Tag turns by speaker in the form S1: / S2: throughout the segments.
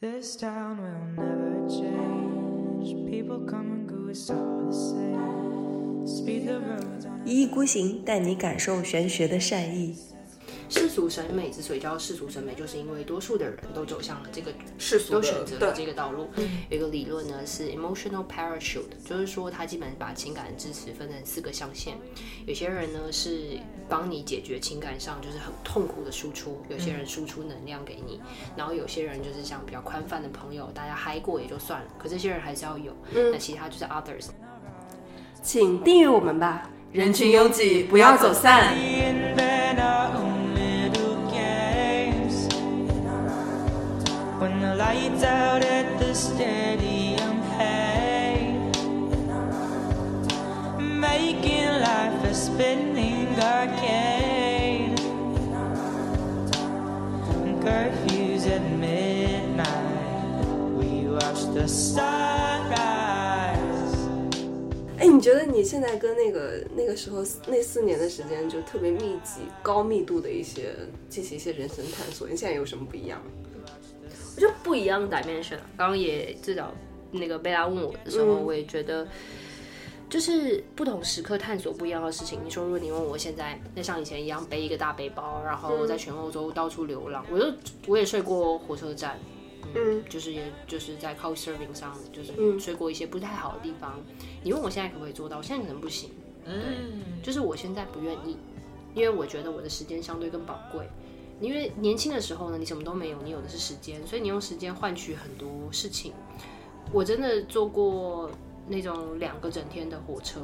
S1: This town will never change. People come and go, it's all the same. Speed the roads on
S2: 一意孤行带你感受玄学的善意。
S3: 世俗审美之所以叫世俗审美，就是因为多数的人都走向了这个
S4: 世俗的
S3: 都选择了
S4: 对嗯
S3: 这个道路。有一个理论呢是 emotional parachute，就是说它基本把情感支持分成四个象限。有些人呢是帮你解决情感上就是很痛苦的输出，有些
S4: 嗯
S3: 人输出能量给你，然后有些人就是像比较宽泛的朋友，大家嗨过也就算了，可这些人还是要有。
S4: 嗯
S3: 那其他就是 others。
S4: 请订阅我们吧，人群拥挤，不要走散。
S1: in then our own little games. When the lights out at the stadium, hey, making life a spinning arcade. And curfews at midnight, we watch the sunrise.
S5: 哎，你觉得你现在跟那个那个时候那四年的时间，就特别密集、高密度的一些进行一些人生探索，你现在有什么不一样？
S3: 我觉得不一样的 dimension 啊。刚刚也至少那个贝拉问我的时候，
S5: 嗯
S3: 我也觉得。就是不同时刻探索不一样的事情。你说，如果你问我现在，那像以前一样背一个大背包，然后在全欧洲到处流浪，我就我也睡过火车站，
S5: 嗯，
S3: 就是也就是在 couch serving 上，就是
S5: 嗯
S3: 睡过一些不太好的地方。你问我现在可不可以做到，我现在可能不行，
S4: 嗯，
S3: 就是我现在不愿意，因为我觉得我的时间相对更宝贵。因为年轻的时候呢，你什么都没有，你有的是时间，所以你用时间换取很多事情。我真的坐过那种两个整天的火车，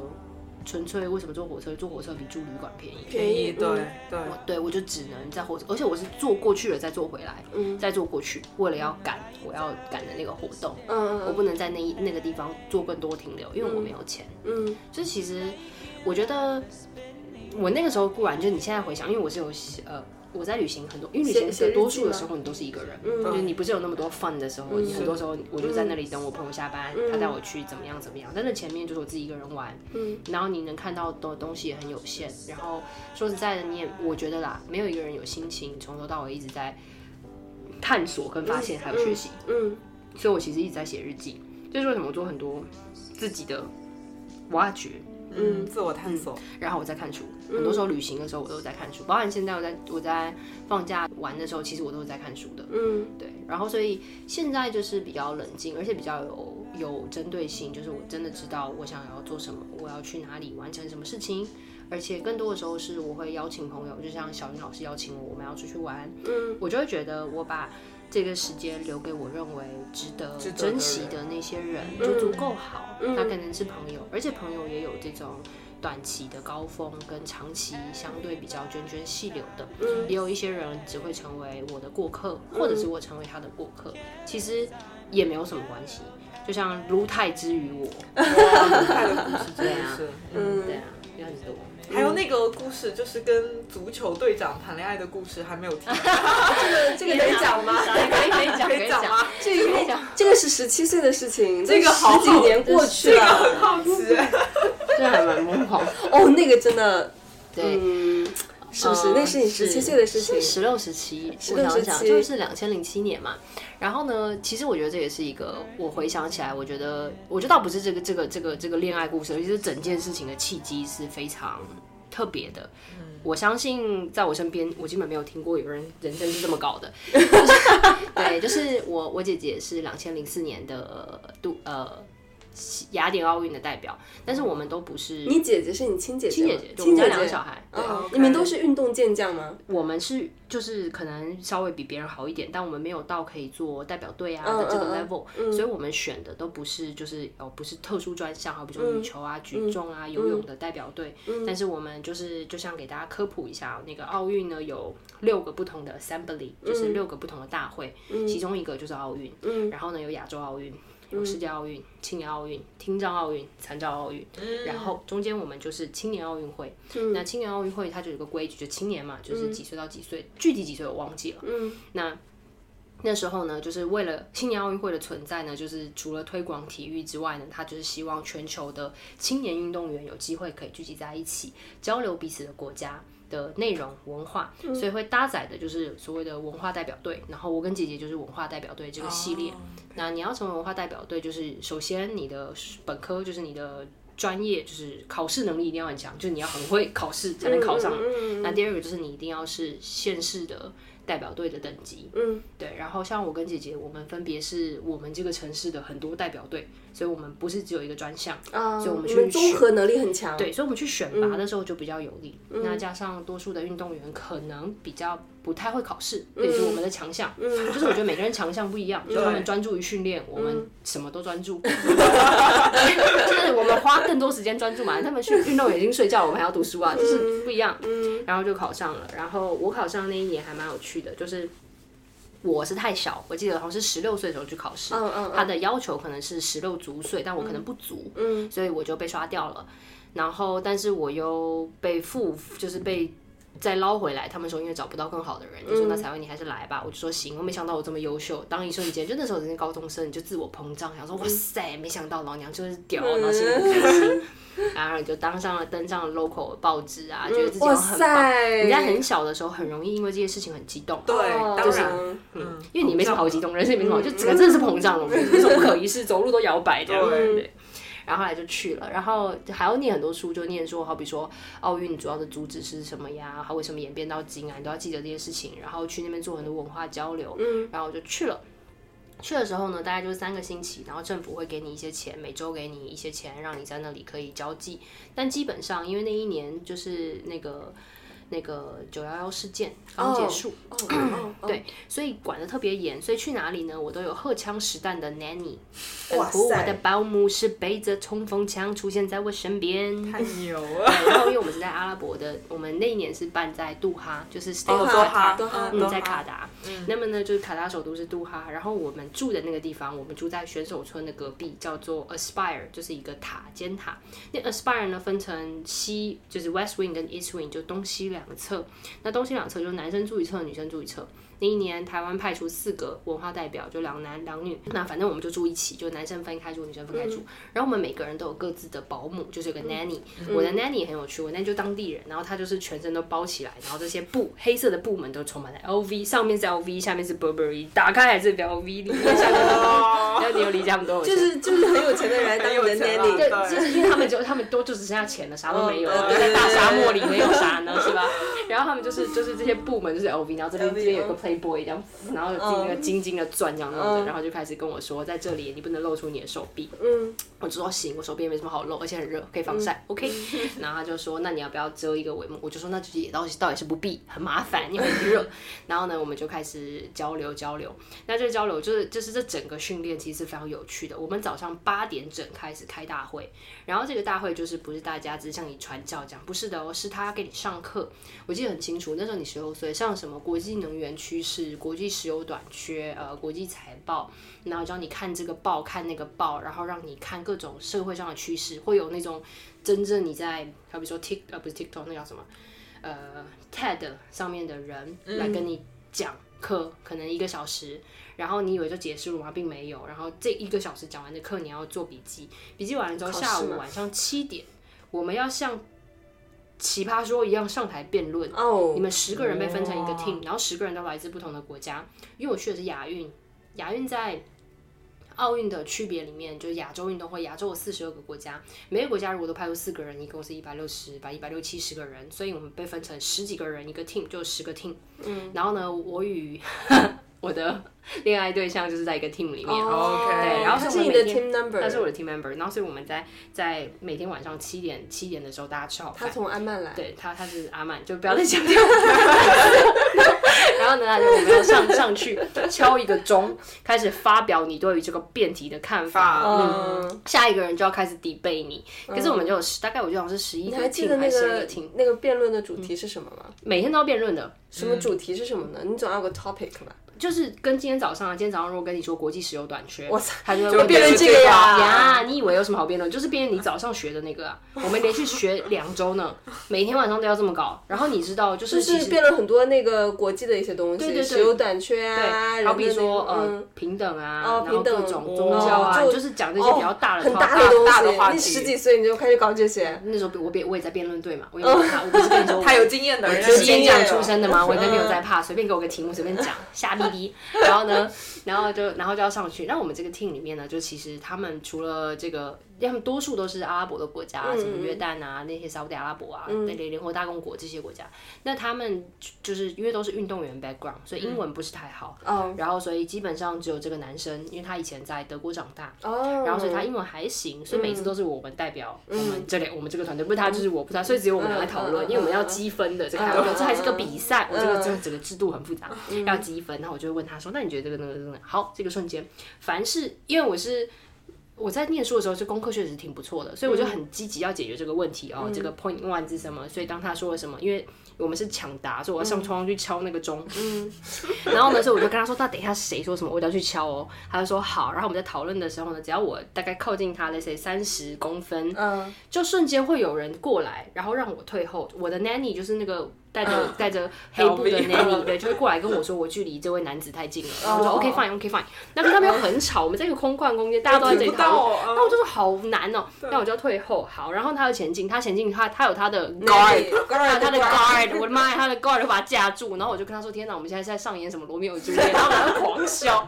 S3: 纯粹为什么坐火车？坐火车比住旅馆便宜。
S4: 便宜，对对，
S3: 我对我就只能在火车，而且我是坐过去了再坐回来，
S5: 嗯
S3: 再坐过去，为了要赶我要赶的那个活动，我
S5: 嗯
S3: 不能在那一那个地方做更多停留，因为我没有钱。
S5: 嗯
S3: 就其实我觉得我那个时候固然就你现在回想，因为我是有呃我在旅行很多，因为
S5: 写
S3: 旅
S5: 写
S3: 行
S5: 日记
S3: 多数的
S5: 吗
S3: 时候你都是一个人，
S5: 嗯
S3: 就是你不是有那么多 fun 的时候，你很多时候我就在那里等我朋友下班，
S5: 嗯
S3: 他带我去怎么样怎么样，但是前面就是我自己一个人玩，
S5: 嗯
S3: 然后你能看到的东西也很有限。然后说实在的，你也我觉得啦，没有一个人有心情从头到尾一直在探索跟发现还有学习，
S5: 嗯
S3: 所以我其实一直在写日记，这就是为什么我做很多自己的挖掘。
S4: 嗯，自我探索，
S3: 然后我在看书，很多时候旅行的时候我都在看书，包含现在我在我在放假玩的时候，其实我都是在看书的。
S5: 嗯
S3: 对，然后所以现在就是比较冷静，而且比较有有针对性，就是我真的知道我想要做什么，我要去哪里完成什么事情，而且更多的时候是我会邀请朋友，就像小云老师邀请我，我们要出去玩，
S5: 嗯
S3: 我就会觉得我把这个时间留给我认为值得
S4: 值得的人
S3: 珍惜的那些人，
S4: 嗯
S3: 就足够好。
S5: 嗯
S3: 那可能是朋友，而且朋友也有这种短期的高峰跟长期相对比较涓涓细流的。
S5: 嗯
S3: 也有一些人只会成为我的过客，或者是
S4: 嗯
S3: 我成为他的过客，其实也没有什么关系。就像卢泰之 于我，嗯
S4: 快乐故事真
S3: 对
S4: 的
S3: 啊
S4: 是，嗯。
S3: 对
S5: 嗯
S3: 啊，有很多。
S4: 还有那个故事，就是跟足球队长谈恋爱的故事，还没有提，
S5: 呃这个能讲吗？
S3: 可以可以讲，
S4: 可以讲吗？
S3: 这个可以讲，
S5: 这个是十七岁的事情，
S4: 这个好
S5: 十几年过去了，
S4: 很好奇。
S3: 这还蛮疯狂。
S5: 哦，那个真的，
S3: 对，
S5: 嗯，是不是？
S3: 呃
S5: 那是你十七岁的事情，
S3: 十六十七，
S5: 16
S3: 我想想，
S5: 17
S3: 就是两千零七年嘛。然后呢，其实我觉得这也是一个，我回想起来，我觉得，我觉得倒不是这个这个这个这个恋爱故事，其实整件事情的契机是非常特别的。我相信在我身边，我基本没有听过有人人生是这么搞的。对，就是我我姐姐是两千零四年的呃杜呃雅典奥运的代表，但是我们都不是
S5: 你姐姐是你亲姐
S3: 亲
S5: 姐
S3: 姐
S5: 吗
S3: 姐，，就我
S5: 亲
S3: 们家
S5: 姐
S3: 两个
S5: 姐
S3: 小。孩。对。
S5: 哦
S4: OK
S5: 你们都是运动健将吗？
S3: 我们是就是可能稍微比别人好一点，但我们没有到可以做代表队啊
S5: 嗯
S3: 的这个
S5: 嗯嗯
S3: level，、所以我们选的都不是就是哦不是特殊专项，好比
S5: 嗯
S3: 说羽球啊、举重啊、游泳的代表队，但是我们就是就像给大家科普一下哦，那个奥运呢有六个不同的 assembly，就是
S5: 嗯
S3: 六个不同的大会，其中一个就是奥运，然后呢有亚洲奥运。
S5: 嗯
S3: 有世界奥运、青年奥运、听障奥运、残障奥运，
S5: 嗯
S3: 然后中间我们就是青年奥运会，那青年奥运会它就有个规矩，就青年嘛，就是几岁到几岁，具体几岁我忘记了。嗯，那那时候呢，就是为了青年奥运会的存在呢，就是除了推广体育之外呢，它就是希望全球的青年运动员有机会可以聚集在一起，交流彼此的国家。的内容文化，所以会搭载的就是所谓的文化代表队。然后我跟姐姐就是文化代表队这个系列。那你要成为文化代表队，就是首先你的本科就是你的专业，就是考试能力一定要很强，就是你要很会考试才能考上。那第二个就是你一定要是县市的代表队的等级，
S5: 嗯，
S3: 对。然后像我跟姐姐，我们分别是我们这个城市的很多代表队，所以我们不是只有一个专项，
S5: 啊，
S3: 所以我们
S5: 你
S3: 去
S5: 们综
S3: 选
S5: 合能嗯力很强，
S3: 对，所以我们去选拔的时候就比较有利。
S5: 嗯
S3: 那加上多数的运动员可能比较不太会考试，
S5: 嗯
S3: 这也是我们的强项。就是我觉得每个人强项不一 样，就他们专注于训练，我
S5: 嗯
S3: 们什么都专注。 就是我们花更多时间专注嘛，他们去运动已经睡觉了，我们还要读书啊，
S5: 嗯
S3: 就是不一样。然后就考上了。然后我考上那一年还蛮有趣的，就是。我是太小，我记得好像是十六岁的时候去考试，
S5: 嗯嗯
S3: 他的要求可能是十六足岁，但我可能不足，
S5: 嗯
S3: 所以我就被刷掉了。然后，但是我又被复，就是被再捞回来。他们说因为找不到更好的人，就
S5: 嗯
S3: 说那彩薇你还是来吧。我就说行，我没想到我这么优秀。当一瞬间，就那时候人家高中生，你就自我膨胀，想说
S5: 嗯
S3: 哇塞，没想到老娘就是屌，然后心里很开心。 然后你就当上了登上了 local 的报纸啊，觉得自己好
S5: 嗯哇
S3: 像很棒。
S5: 塞，
S3: 你在很小的时候很容易因为这些事情很激动，
S6: 对，当
S5: 就是
S6: 然，嗯
S3: 嗯，因为你没什么好激动，人生也没什么好，就整个真的是膨胀了，没什么不可一世，走路都摇摆这样。
S6: 对
S3: 对。然后后来就去了，然后还要念很多书，就念说，好比说奥运主要的主旨是什么呀，它为什么演变到今啊，你都要记得这些事情。然后去那边做很多文化交流，嗯，然后我就去了。去的时候呢，大概就是三个星期，然后政府会给你一些钱，每周给你一些钱，让你在那里可以交际。但基本上，因为那一年就是那个那个九幺幺事件刚结束，
S5: 哦
S6: 哦
S3: 对，所以管得特别严，所以去哪里呢，我都有荷枪实弹的 nanny，等
S6: 哇
S3: 图我
S6: 塞
S3: 的保姆是背着冲锋枪出现在我身边。
S6: 太牛了，
S3: 对然后因为我们是在阿拉伯的，我们那一年是办在杜哈，就是 Stay
S6: 哦
S3: of
S6: 多
S3: Qatar
S6: 哈
S5: 多哈
S6: 嗯
S3: 嗯，
S6: 多
S3: 在
S6: 哈
S3: 卡达。那么呢，就是卡达首都是杜哈，然后我们住的那个地方，我们住在选手村的隔壁，叫做 Aspire，就是一个塔尖塔。那 Aspire 呢分成西，就是 West Wing 跟 East Wing，就东西两侧。那东西两侧就是男生住一侧，女生住一侧。那一年台湾派出四个文化代表，就两男两女。那反正我们就住一起，就男生分开住，女生分开住。然后我们每个人都有各自的保姆，就是有
S5: 嗯
S3: 个 nanny、我的 nanny 也很有趣，我 nanny 就当地人，然后她就是全身都包起来，然后这些布黑色的布们都充满了 LV，上面是 LV，下面是 Burberry，打开还是 LV，里 面下面是 Burberry。然后你 有理解他们多有钱
S5: 哦就？是就是很有钱的人 来当你的
S6: 很有钱
S5: nanny，
S6: 啦
S3: 对，就是因为他们就他们都就只剩下钱了，啥都没有了，
S6: 嗯
S3: 在大沙漠里能有啥呢，是吧？然后他们就是就是这些部门就是哦 LV，然后这边这边有个 Playboy 这样，然后有自己那个晶晶的钻这样那种的，然后就开始跟我说，在这里你不能露出你的手臂。
S5: 嗯，
S3: 我就说行，我手臂也没什么好露，而且很热，可以防晒。OK，然后他就说那你要不要遮一个帷幕？我就说那就也倒倒也是不必，很麻烦，因为很热。然后呢，我们就开始交流交流。那这个交流就是就是这整个训练其实是非常有趣的。我们早上八点整开始开大会，然后这个大会就是不是大家只是像你传教这样，不是的哦，是他给你上课。我记得很清楚，那时候你十六岁，上什么国际能源趋势、国际石油短缺、呃国际财报，然后教你看这个报、看那个报，然后让你看各种社会上的趋势，会有那种真正你在，好比说 Tik 呃不是 TikTok 那叫什么，呃 TED 上面的人来跟你讲课，可能一个小时，然后你以为就结束了吗？并没有，然后这一个小时讲完的课你要做笔记，笔记完了之后，
S5: 考试
S3: 下午
S5: 吗
S3: 晚上七点我们要像奇葩说一样上台辩论。
S5: 哦
S3: 你，们十个人被分成一个 team，然后十个人都来自不同的国家。因为我去的是亚运，亚运在奥运的区别里面，就是亚洲运动会，亚洲有四十二个国家，每个国家如果都派出四个人，一共是一百六十把一百六七十个人，所以我们被分成十几个人一个 team，就十个 team。嗯，然后呢，我与 我的恋爱对象就是在一个 team 里面。
S6: OK
S3: 对然后
S5: 他
S3: 是
S5: 是
S3: 我
S5: 你
S3: 每
S5: 的
S3: 天
S5: 哦 team
S3: 他是我
S5: number，
S3: 的 team member，然后所以我们在在每天晚上七点七点的时候，大家吃好饭，
S5: 他从安曼来，
S3: 对他，他是阿曼，就不要再讲这个。 然后呢，他就我们要上上去敲一个钟，开始发表你对于这个辩题的看法。
S6: 法
S5: 嗯，
S3: 下一个人就要开始 debate 你，可是我们就有十，大概我就好像是十一
S5: 你
S3: 个
S5: 还记
S3: team
S5: 得
S3: 还
S5: 嗯那
S3: 是嗯十二
S5: 个
S3: 个 team，
S5: 那个辩论的主题是什么吗？
S3: 每天都要辩论的。
S5: 什么主题是什么呢？你总要有个 topic 吧？
S3: 就是跟今天早上啊，今天早上如果跟你说国际石油短缺，
S5: 我操
S3: 他就会
S5: 就
S3: 问
S5: 辩论
S3: 你
S5: 这个呀
S3: 呀，你以为有什么好辩论？就是辩论你早上学的那个啊。我们连续学两周呢，每天晚上都要这么搞。然后你知道，就是
S5: 就
S3: 其
S5: 是
S3: 实
S5: 辩论很多那个国际的一些东西，
S3: 对对对
S5: 石油短缺啊，
S3: 对，
S5: 人
S3: 好比
S5: 的那
S3: 说
S5: 个
S3: 呃
S5: 嗯
S3: 平等啊，
S5: 哦
S3: 然后
S5: 平等
S3: 各种宗教啊，
S5: 哦就哦
S3: 就是讲这些比较大的、
S5: 很大
S3: 大
S5: 的东西，
S3: 大的话
S5: 你
S3: 题
S5: 十几岁你就开始搞这些，
S3: 那时候我辩我也在辩论队嘛，我也
S5: 哦
S3: 没有怕，我不是跟你 说
S6: 他有经验的人，
S3: 我是演讲
S6: 出
S3: 出身的嘛，我应该没有
S5: 嗯
S3: 在怕，随便给我个题目随便讲，瞎逼逼。然后呢，然后就然后就要上去。那我们这个 team 里面呢，就其实他们除了这个，因为他们多数都是阿拉伯的国家，什
S5: 嗯
S3: 么约旦啊，那些沙特阿拉伯啊，那联联合大公国这些国家。那他们就是因为都是运动员 background，所以英文不是太好。
S5: 嗯哦
S3: 然后所以基本上只有这个男生，因为他以前在德国长大，
S5: 哦，
S3: 然后所以他英文还行，所以每次都是我们代表我们这里我们这个团队，不是他就是我，不是他，所以只有我们来讨论，因为我们要积分的这个还有，这还是个比赛，我这个这个整个制度很复杂，要积分。然后我就会问他说：“那你觉得这个那个那个好？”这个瞬间，凡是因为我是。我在念书的时候，这功课确实挺不错的，所以我就很积极要解决这个问题哦。这个 point one 是什么？所以当他说了什么，因为我们是抢答，所以我要
S6: 嗯
S3: 上窗去敲那个钟。 然后呢，所以我就跟他说，那等一下谁说什么，我就要去敲哦。他就说好。然后我们在讨论的时候呢，只要我大概靠近他，类似三十公分，
S5: 嗯，
S3: 就瞬间会有人过来，然后让我退后。我的 nanny 就是那个带着、 带着黑布的 nanny，对，就会过来跟我说，我距离这位男子太 近了。然后
S6: 哦
S3: 我说 OK fine OK fine。那可是他们又很吵，我们在一个空旷空间，大家都在这里
S6: 哎不
S3: 讨
S6: 到
S3: 论。
S6: 哦，
S3: 那我就说好难哦，那我就要退后。好，然后他要前进，他前进，他他有他的
S5: Guard，
S3: 他有他的 guard，我的妈呀，他的 guard 就把他架住。然后我就跟他说：“天哪，我们现在是在上演什么罗密欧与朱丽叶？”然后他就狂笑。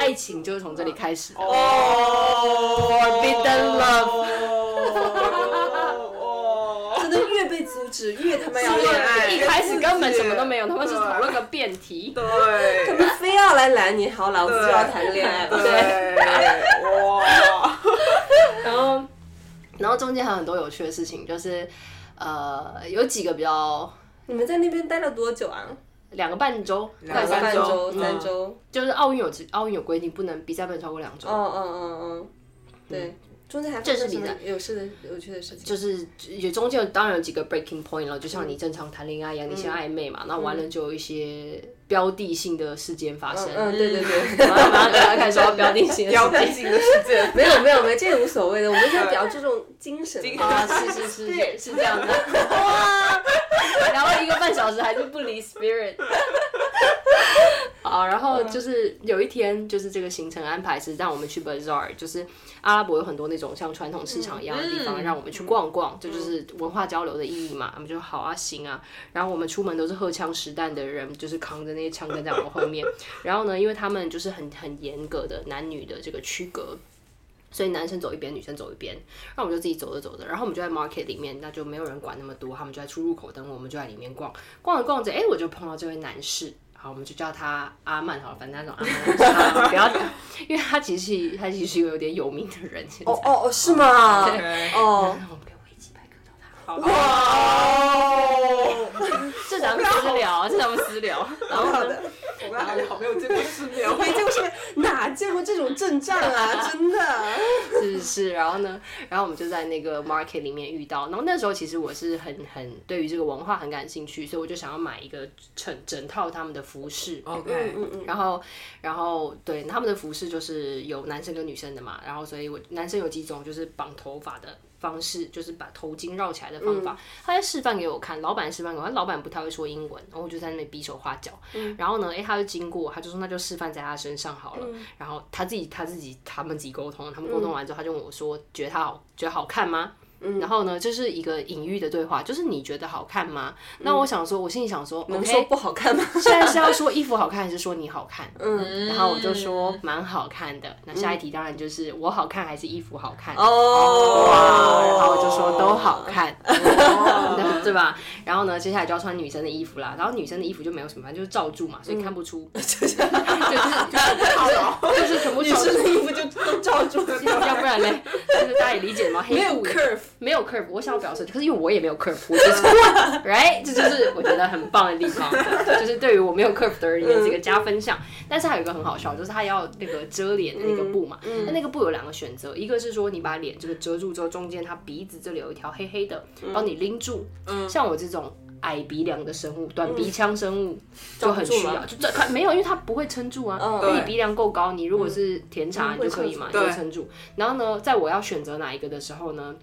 S3: 爱情就是从这里开始的。Forbidden love，
S2: 真的越被阻止越他妈
S6: 要恋爱
S3: 一开始根本什么都没有，他们是讨论个辩题。
S6: 对
S5: 他们非要来拦你，好，老子就要谈个恋爱吧。
S6: 对，哇，
S3: 然后，然后中间还有很多有趣的事情，就是呃，有几个比较
S5: 你们在那边待了多久啊？
S3: 两个半周，
S6: 两个
S3: 快
S6: 半
S5: 半
S6: 周
S5: 周、
S6: 嗯
S5: 三周。
S3: 就是奥运有奥运有规定，不能比赛不能超过两周。
S5: 哦哦哦哦，对，中间还
S3: 这是
S5: 发生
S3: 你的
S5: 什么有事的有趣的事情。
S3: 就是也中间有当然有几个 breaking point 了，就
S5: 嗯
S3: 像你正常谈恋爱一样，你先暧昧嘛，那完了就有一些标的性的事件发生。
S5: 嗯， 对对对，
S3: 然后马上大家开始说标的性的
S6: 标
S3: 事
S6: 志
S3: 件。
S6: 性的事件，
S5: 没有没有没有，这也无所谓的，我们现在聊这种精神的。
S3: 啊，是是是是是这样的，然后一个半小时还是不离 spirit。好，然后就是有一天，就是这个行程安排是让我们去 bazaar，就是阿拉伯有很多那种像传统市场一样的地方，让我们去逛逛，这就是文化交流的意义嘛。我们就好啊，行啊。然后我们出门都是荷枪实弹的人，就是扛着那些枪跟在我们后面。然后呢，因为他们就是很很严格的男女的这个区隔，所以男生走一边，女生走一边。那我们就自己走着走着，然后我们就在 market 里面，那就没有人管那么多，他们就在出入口等我，我们就在里面逛，逛着逛着，哎，我就碰到这位男士。好，我们就叫他阿曼好了，反正那种阿曼好，不要，因为他其实是他其实是一个有点有名的人。现在
S5: 哦哦哦，是 吗？哦，
S3: 让我们给我一起拍个照他。
S5: 哦
S3: 哦
S6: 哇，
S3: 这咱们私聊，这咱们私聊。 然后呢，
S6: 我们俩好没有见过世面，
S5: 没见过是哪见过这种阵仗啊？真的，
S3: 哎 是是，然后呢，然后我们就在那个 market 里面遇到。然后那时候其实我是很很对于这个文化很感兴趣，所以我就想要买一个整整套他们的服饰。
S6: OK，
S3: 然后，然后对他们的服饰就是有男生跟女生的嘛，然后所以我男生有几种就是绑头发的方式，就是把头巾绕起来的方
S5: 嗯
S3: 法，他在示范给我看，老板示范给我看，老板不太会说英文，然后我就在那里比手画脚，
S5: 嗯
S3: 然后呢，诶，他就经过，他就说那就示范在他身上好了，
S5: 嗯
S3: 然后他自己他自己他们自己沟通，他们沟通完之后，他就问我说，觉得他好觉得好看吗？
S5: 嗯
S3: 然后呢，这、是一个隐喻的对话，就是你觉得好看吗？那我想说，我心里想说，
S5: 嗯能
S3: OK
S5: 说不好看吗？
S3: 现在是要说衣服好看，还是说你好看？嗯，然后我就说蛮好看的。那下一题当然就是我好看还是衣服好看？ 哦，
S5: 哦，
S3: 然后我就说都好看，对吧？然后呢，接下来就要穿女生的衣服啦。然后女生的衣服就没有什么，反正就是罩住嘛，所以看不出，就是就是就是全部罩
S5: 这
S3: 住，
S5: 衣服就都罩住了，
S3: 要不然嘞，就是大家也理解嘛，黑
S5: 没有
S3: 布也
S5: curve，
S3: 没有 curve，我想要表示，可是因为我也没有 curve，我就是
S5: 嗯
S3: right，这就是我觉得很棒的地方，就是对于我没有 curve 的人也是一个加分项。但是还有一个很好笑，就是他要那个遮脸的那个布嘛，
S5: 嗯
S3: 那那个布有两个选择，一个是说你把
S5: 嗯
S3: 脸这个遮住之后，中间他鼻子这里有一条黑黑的，帮你拎住，像我这种。矮鼻梁的生物、短鼻腔生物
S5: 罩
S3: 就
S5: 嗯不
S3: 很
S5: 住
S3: 需
S5: 吗
S3: 要，就这它没有，因为它不会撑住啊。
S5: 嗯
S3: 那、你鼻梁够高，你如果是甜茶，
S5: 嗯
S3: 你就可以嘛，就
S5: 会
S6: 撑住
S3: 会撑住。然后呢，在我要选择哪一个的时候呢？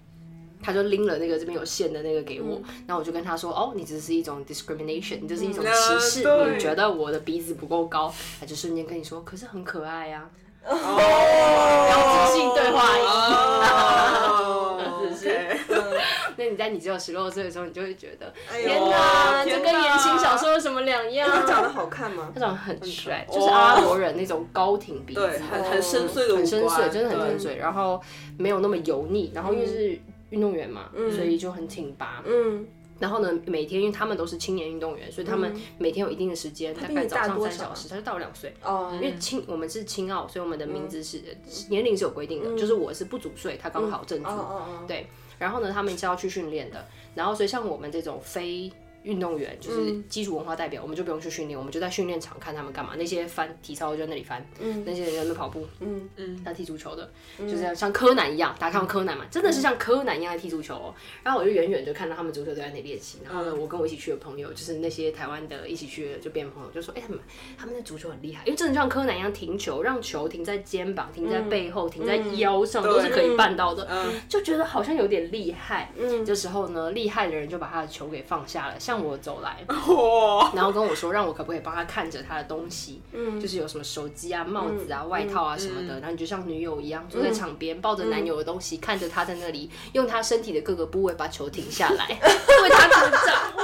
S3: 他就拎了那个这边有线的那个给我，然后我就跟他说：“哦，你这是一种 discrimination，你这是一种
S6: 嗯
S3: 歧视，
S6: 啊对
S3: 你觉得我的鼻子不够高。”他就瞬间跟你说：“可是很可爱啊呀、
S6: 哦
S3: 自信对话
S6: 哦
S3: 是不是
S6: OK
S3: 那你在你只有十六岁的时候，你就会觉得，
S5: 哎
S3: 天
S6: 哪
S3: 哪，这
S6: 天
S3: 跟言
S6: 哪
S3: 情小说有什么两样？
S5: 他长得好看吗？
S3: 他长得很帅，就是阿拉伯人那种高挺鼻子，嗯
S6: 对，很很深邃的五官，
S3: 很深邃，真的很
S6: 对嗯
S3: 深邃，然后没有那么油腻，然后因为是运动员嘛，所以就很挺拔。
S5: 嗯，
S3: 然后呢，每天因为他们都是青年运动员，所以他们每天有一定的时间，大
S5: 比你
S3: 概早
S5: 大
S3: 上
S5: 多
S3: 三
S5: 少啊
S3: 小时，他就大我两岁。
S5: 哦
S3: 因，为青我们是青奥，所以我们的名字是、年龄是有规定的，就是我是不足岁，他刚好正足。
S5: 嗯哦哦哦，
S3: 对，然后呢，他们是要去训练的。然后所以像我们这种非运动员，就是基础文化代表，我们就不用去训练，我们就在训练场看他们干嘛。那些翻体操就在那里翻，那些人在那边跑步，
S5: 嗯
S3: 嗯，他踢足球的，就是像像柯南一样，大家看过柯南嘛，真的是像柯南一样在踢足球哦。然后我就远远就看到他们足球队在那里练习。然后呢，我跟我一起去的朋友，就是那些台湾的一起去的就变朋友，就说，哎、他们他们的足球很厉害，因为真的像柯南一样停球，让球停在肩膀、停在背后、停在腰上，都是可以办到的。就觉得好像有点厉害。嗯，这时候呢，厉害的人就把他的球给放下了，向我走来，
S6: 哇，
S3: 然后跟我说，让我可不可以帮他看着他的东西，嗯，就是有什么手机啊、帽子啊、外套啊什么的。然后你就像女友一样，坐在场边，抱着男友的东西，看着他在那里用他身体的各个部位把球停下来，为他鼓掌。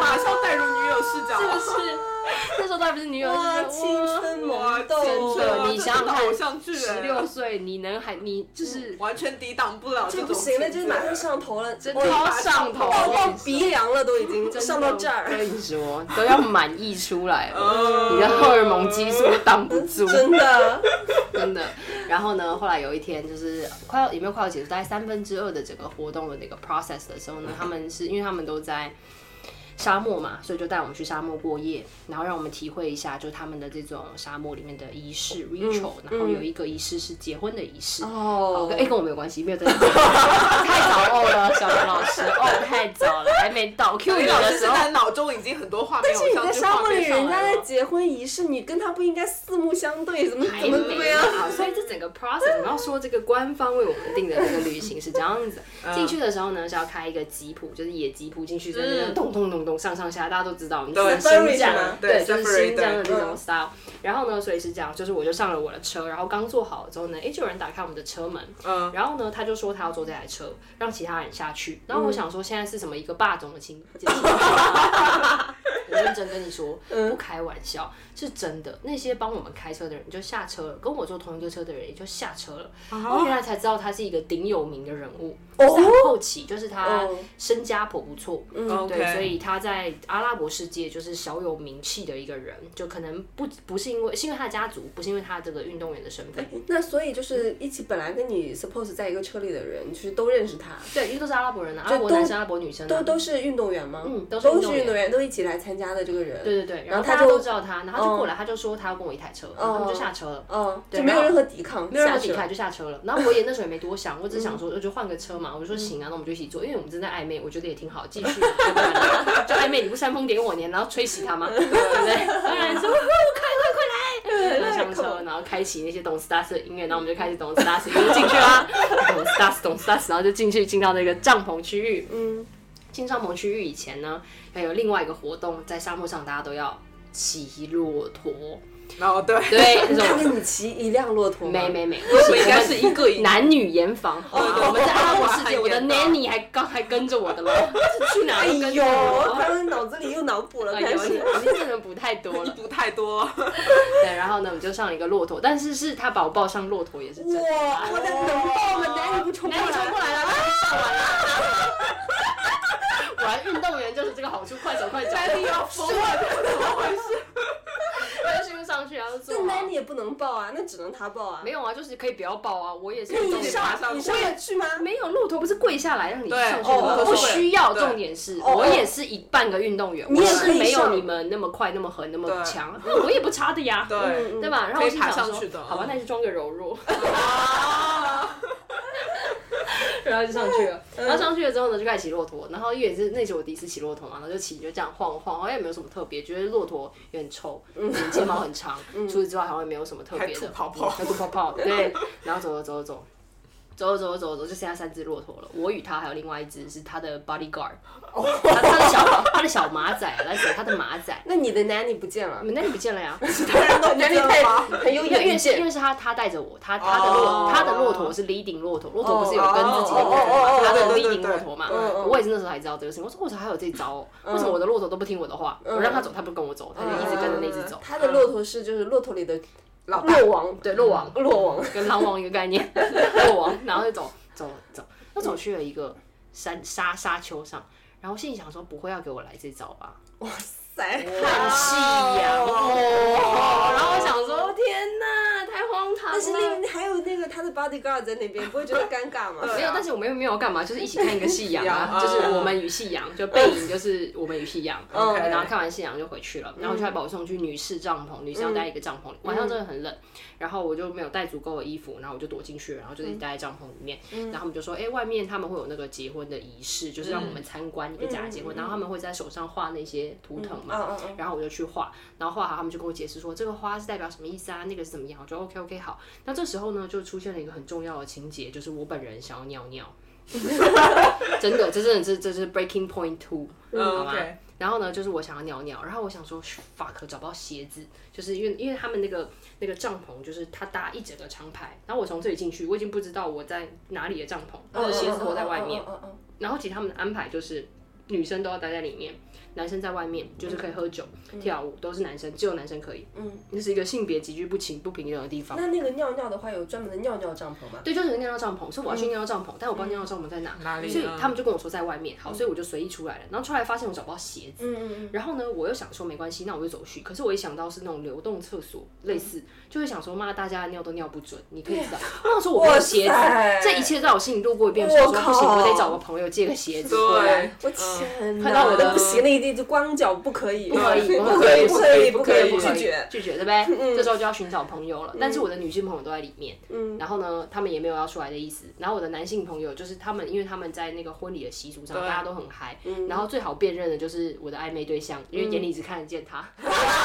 S6: 马上带入女友视角，
S3: 就是那时候他不是女友，
S5: 哇，
S3: 就是
S5: 青春
S6: 哇，
S5: 萌
S6: 真
S5: 动，
S6: 的，
S3: 你想想看
S6: 这是偶像剧，
S3: 十六岁，你能还你就是
S6: 完全抵挡不了
S5: 这
S6: 种
S5: 不行，那就是马上
S6: 情
S5: 上头了，真
S3: 超上头，
S5: 到
S3: 我
S5: 到
S3: 跟你说
S5: 鼻梁了，都已经上到这
S3: 我
S5: 儿，哦
S3: 跟你说， 都要满意出来了，
S6: 嗯
S3: 你的荷尔蒙激素挡不住，
S5: 真的，
S3: 真的。然后呢，后来有一天就是快要也没有快要结束，大概三分之二的整个活动的那个 process 的时候呢，
S5: 嗯
S3: 他们是因为他们都在。沙漠嘛，所以就带我们去沙漠过夜，然后让我们体会一下，就他们的这种沙漠里面的仪式 ritual，、然后有一个仪式是结婚的仪式，哦，
S5: 嗯哦
S3: 哎、跟我没有关系，没有在 太早哦了，小杨老师，哦，太早了，还没到 Q 你
S6: 你老
S3: 的
S6: 师
S3: 时
S6: 现
S3: 候，
S6: 在脑中已经很多画面，
S5: 但是你
S6: 偶像
S5: 在
S6: 剧
S5: 沙漠
S6: 画
S5: 里，
S6: 面上
S5: 人家
S6: 来
S5: 在
S6: 了
S5: 结婚仪式，你跟他不应该四目相对，怎么
S3: 还
S5: 怎么对
S3: 没
S5: 啊？
S3: 啊，所以这整个 process，我们要说这个官方为我们定的这个旅行是这样子。进去的时候呢，是要开一个吉普，就是野吉普进去，在那边
S6: 嗯
S3: 咚咚咚咚上上下，大家都知道，你
S6: 对
S3: 是新
S5: separate
S3: 疆
S5: 嘛，
S3: 对，
S6: 对
S3: 就是新疆的
S6: separate，
S3: 这种 style。然后呢，所以是这样，就是我就上了我的车，然后刚坐好了之后呢，诶，就有人打开我们的车门，
S6: 嗯
S3: 然后呢，他就说他要坐这台车，让其他人下去。然后我想说，现在是什么一个霸总的情节？我认真跟你说，
S5: 嗯
S3: 不开玩笑，是真的。那些帮我们开车的人就下车了，跟我坐同一个车的人也就下车了。
S5: 啊
S3: 我原来才知道他是一个顶有名的人物，是很后期，就是他
S5: 哦嗯
S3: 身家颇不错，对，
S6: ，OK，
S3: 所以他在阿拉伯世界就是小有名气的一个人，就可能不不是因为是因为他的家族，不是因为他这个运动员的身份，
S5: 那所以就是一起本来跟你 suppose 在一个车里的人，就是都认识他，
S3: 对，因为都是阿拉伯人啊，阿拉伯
S5: 都
S3: 男生、阿拉伯女生、啊，
S5: 都都是运动员吗？
S3: 嗯都
S5: 都
S3: 是运动员
S5: 运动员，都一起来参加的这个人。
S3: 对对对，
S5: 然
S3: 然
S5: 后
S3: 后
S5: 他
S3: 大
S5: 就
S3: 家都知道他，然后他就过来，他就说他要跟我一台车，然后我们就下车了。
S5: 嗯，
S3: 对
S5: 就没有
S3: 然
S5: 任
S3: 后
S5: 何抵抗，
S3: 没有人
S5: 啊下嗯
S3: 理
S5: 车
S3: 开就下车了，然后我也那时候也没多想，我只想说呃就换个车嘛，我就
S5: 嗯
S3: 说行啊，那我们就一起坐，因为我们正在暧昧，我觉得也挺好，继续啊 就暧昧，你不煽风点火你，然后吹熄他吗？对 不对？当然是，呜 快快快来，然后上车，然后开启那些懂 stars 的音乐，然后我们就开始懂 stars 就进去啦， 懂 stars 懂 stars，然后就进去进到那个帐篷区域，
S5: 嗯，
S3: 进帐篷区域以前呢，还有另外一个活动，在沙漠上大家都要骑骆驼，
S6: 然后哦对，
S3: 对，那
S5: 他
S3: 种
S5: 跟你骑一辆骆驼吗？
S3: 没没没，
S6: 不应该是一个一个
S3: 男女严防，好吗
S6: 对
S3: 哦我们在阿拉伯世界，我的
S6: 还严防
S3: nanny 还刚还跟着我 的了，是去哪
S5: 哎
S3: 都跟着
S5: 呦，
S3: 我。
S5: 他们脑子里又脑补了，
S3: 哎
S5: 开
S3: 呦，你
S5: 始。
S3: 你真的补太多了。
S6: 不太多，
S3: 对，然后呢，我们就上了一个骆驼，但是是他把我抱上骆驼也是真的。
S5: 哇，我的能爆吗？男女不冲啊
S3: 男
S5: 过
S3: 女冲
S5: 来。
S3: 过来 了，男女上完了。果然运动员就是这个好处，快走快走。
S6: 男女要疯了，怎么回事？
S3: 他就冲上去，然后就
S5: 这
S3: 坐好。啊
S5: 男女也不能抱啊，那只能他抱啊。
S3: 没有啊，就是可以不要抱啊，我也是
S5: 那
S3: 运动
S5: 你
S3: 员。
S6: 爬上
S5: 上
S6: 去
S5: 你上得去吗？
S3: 没有骆驼不是跪下来让你
S6: 对
S3: 上去
S6: 哦
S3: 的，
S6: 哦
S3: 不需要。
S6: 对
S3: 重点是，
S5: 哦
S3: 我也是一半个运动员，
S5: 你
S3: 我
S5: 也可
S3: 是
S5: 以
S3: 没有
S5: 上
S3: 你们那么快、那么狠、那么
S6: 对
S3: 强，那我也不差的呀，
S6: 对，
S3: 对吧？然后我心想
S6: 可以爬上去
S3: 说
S6: 的，
S3: 好吧，那就装个柔弱。然后就上去了，
S6: 嗯
S3: 然后上去了之后呢，就开始骑骆驼，然后因为也是那是我第一次骑骆驼嘛，然后就骑就这样晃晃，好像也没有什么特别，觉得骆驼也很臭，睫毛很长，除此之外好像也没有什么特
S6: 嗯
S3: 别
S6: 还
S3: 的，
S6: 吐泡泡
S3: 嗯还吐泡 泡，对，然后走走走走走走走走走，就剩下三只骆驼了，我与他还有另外一只是他的 bodyguard，他
S6: 哦
S3: 他的小他的小马仔，来自他的马仔，
S5: 那你的 nanny 不见了
S3: 你，们那里不见了呀？
S5: 男你太 很有
S3: 因为因
S5: 远
S3: 为是因
S5: 见。
S3: 为是他他带着我，他他的骆
S6: 哦
S3: 他的骆驼是 leading 骆驼，骆驼不是有跟自己的客人
S5: 哦哦
S3: 嘛，
S5: 哦哦
S3: 他的
S6: 对对对
S3: leading 骆驼嘛
S5: 嗯嗯，
S3: 我也是那时候才知道这个事情。我说为什么还有这招哦？为什么我的骆驼都不听我的话？
S5: 嗯
S3: 我让他走，他不跟我走，他就一直跟着那只走。
S5: 啊
S3: 嗯
S5: 他的骆驼是就是骆驼里的
S6: 老大
S5: 骆王，
S3: 对，落网
S5: 骆 王，
S3: 跟狼王一个概念， 落网，然后就走走走，又走去了一个山沙沙丘上。然后心里想说，不会要给我来这招吧？
S5: 塞，
S3: 看夕阳哦，然后我想说，天哪，太荒唐了。
S5: 但是那还有那个他的 bodyguard 在那边，不会觉得尴尬吗？
S3: 没有，但是我们又没有干嘛，就是一起看一个夕阳啊，
S6: 夕阳
S3: 就是我们与夕阳，就背影就是我们与夕阳，
S5: 嗯
S3: 然后看完夕阳就回去了，然后就还把我送去女士帐篷，女士要待一个帐篷里，晚上真的很冷，然后我就没有带足够的衣服，然后我就躲进去，然后就自己待在帐篷里面，然后他们就说，哎，外面他们会有那个结婚的仪式，就是让我们参观一个假的结婚，然后他们会在手上画那些图腾嘛，
S5: 嗯嗯嗯
S3: 然后我就去画，然后画好，他们就跟我解释说这个花是代表什么意思啊，那个是怎么样，我就 OK OK 好。那这时候呢，就出现了一个很重要的情节，就是我本人想要尿 尿，真的，这真的是这是 breaking point two，、好吗
S6: OK
S3: 然后呢，就是我想要尿尿，然后我想说 fuck 找不到鞋子，就是因为因为他们那个那个帐篷就是他搭一整个长排，然后我从这里进去，我已经不知道我在哪里的帐篷，我的鞋子脱在外面，
S5: 嗯嗯嗯嗯嗯
S3: 然后其实他们的安排就是女生都要待在里面，男生在外面，就是可以喝酒、
S5: 嗯
S3: 跳舞，都是男生，只有男生可以。嗯，这是一个性别极具不平不平等的地方。
S5: 那那个尿尿的话，有专门的尿尿帐篷吗？
S3: 对，就是尿尿帐篷，所以我要去尿尿帐
S5: 嗯
S3: 篷，但我不知道尿尿帐篷在哪，
S6: 哪
S5: 啊
S6: 里
S3: 所以
S6: 嗯
S3: 他们就跟我说在外面。好，所以我就随意出来了，然后出来发现我找不到鞋子，
S5: 嗯嗯
S3: 然后呢，我又想说没关系，那我就走去。可是我一想到是那种流动厕所，类似
S5: 嗯
S3: 就会想说，妈，大家的尿都尿不准，你可以 知道。我想说我没有鞋子
S5: 哇塞，
S3: 这一切在我心里路过一遍，我想
S5: 我
S3: 说不行，
S5: 靠
S3: 我得找个朋友借个鞋子。
S6: 对，
S5: 我天哪，
S3: 看到我的
S5: 不行了，一定就光脚不可以，不
S3: 可 以，
S5: 不可以，
S3: 嗯不
S5: 不
S3: 可
S5: 可
S3: 以，
S5: 以，
S3: 不
S5: 不
S3: 可
S5: 可
S3: 以，
S5: 以，嗯
S3: 不
S5: 不
S3: 可
S5: 拒
S3: 以
S5: 绝。
S3: 拒绝，对不对？这时候就要寻找朋友了。但是我的女性朋友都在里面，然后呢，他们也没有要出来的意思。
S5: 嗯
S3: 然后我的男性朋友就是他们，因为他们在那个婚礼的习俗上，
S6: 对
S3: 大家都很嗨。
S5: 嗯
S3: 然后最好辨认的就是我的暧昧对象，因为眼里只看得见他。
S5: 嗯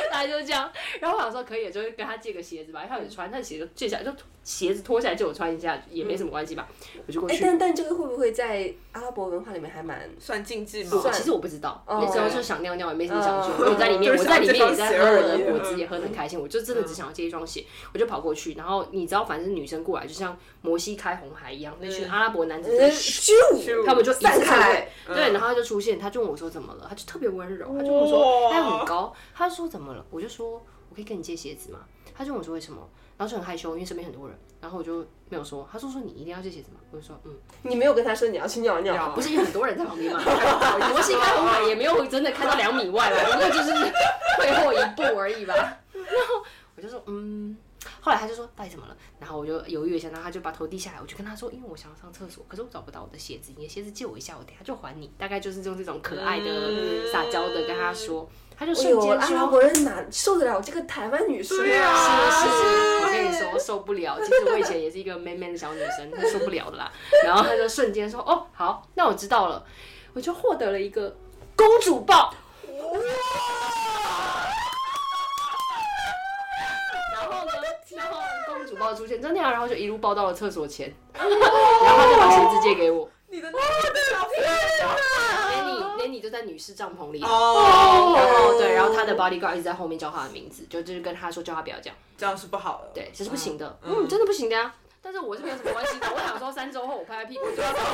S3: 大概就是这样，然后我想说可以，就是跟他借个鞋子吧，他有穿，他鞋就借下来，就鞋子脱下来借我穿一下，也没什么关系吧，我就过
S5: 哎，
S3: 去。
S5: 但但这个会不会在阿拉伯文化里面还蛮？
S6: 算禁忌吗？
S3: 我哦其实我不知道，那时候就想尿尿，也没什么想说。
S5: 嗯
S3: 我在 里面，
S6: 就
S3: 我
S6: 是
S3: 在里面也
S6: 想嗯
S3: 在
S6: 这双鞋
S3: 喝我
S6: 而已
S3: 的果汁，也喝得很开心。我就真的只想要借一双鞋，我就跑过去。然后你知道，反正女生过来就像摩西开红海一样，那
S6: 嗯
S3: 群阿拉伯男
S6: 呃
S3: 子就
S5: 呃咻，
S3: 他们就一
S5: 散
S3: 次撤退
S5: 开，
S3: 对，然后他就出现，他就问我说怎么了，他就特别温柔，他就问我说，
S6: 嗯哇
S3: 他很高，他就说怎么了，我就说我可以跟你借鞋子吗？他就问我说为什么，然后就很害羞，因为身边很多人，然后我就没有说，他说说你一定要借鞋子吗？我就说嗯。
S5: 你没有跟他说你要去尿尿，
S3: 不是 有很多人在旁边吗？我是看我也没有真的看到两米外吧，不过就是退后一步而 已吧。然后我就说，嗯。后来他就说到底怎么了，然后我就犹豫一下，然后他就把头低下来，我就跟他说，因为我想要上厕所，可是我找不到我的鞋子，你的鞋子借我一下，我等下就还你。大概就是用这种可爱的、撒娇的跟他说，他就
S5: 嗯哎
S3: 瞬
S5: 呦，
S3: 间
S5: 阿拉
S3: 说。
S5: 伯人哪受得了这个台湾女生
S6: 对啊
S3: 是不是？
S6: 是
S3: 我跟你说受不了。其实我以前也是一个 man man 的小女 生，她受不了的啦。然后她就瞬间说：“哦，好，那我知道了。”我就获得了一个公主抱。然后呢，然后公主抱出现，真的呀、然后就一路抱到了厕所前，然后她就把鞋子借给我。
S6: 你的哦，
S3: Nanny Nanny 就在女士帐篷里，然
S6: 哦，
S3: 后对，然后她的 bodyguard 一直在后面叫她的名字，就就是跟她说叫她不要这样。
S6: 这样是不好的。
S3: 对，这是不行的，嗯，真的不行的呀、但是我是没有什么关系的，我想说三周后我拍拍 屁股就要走了，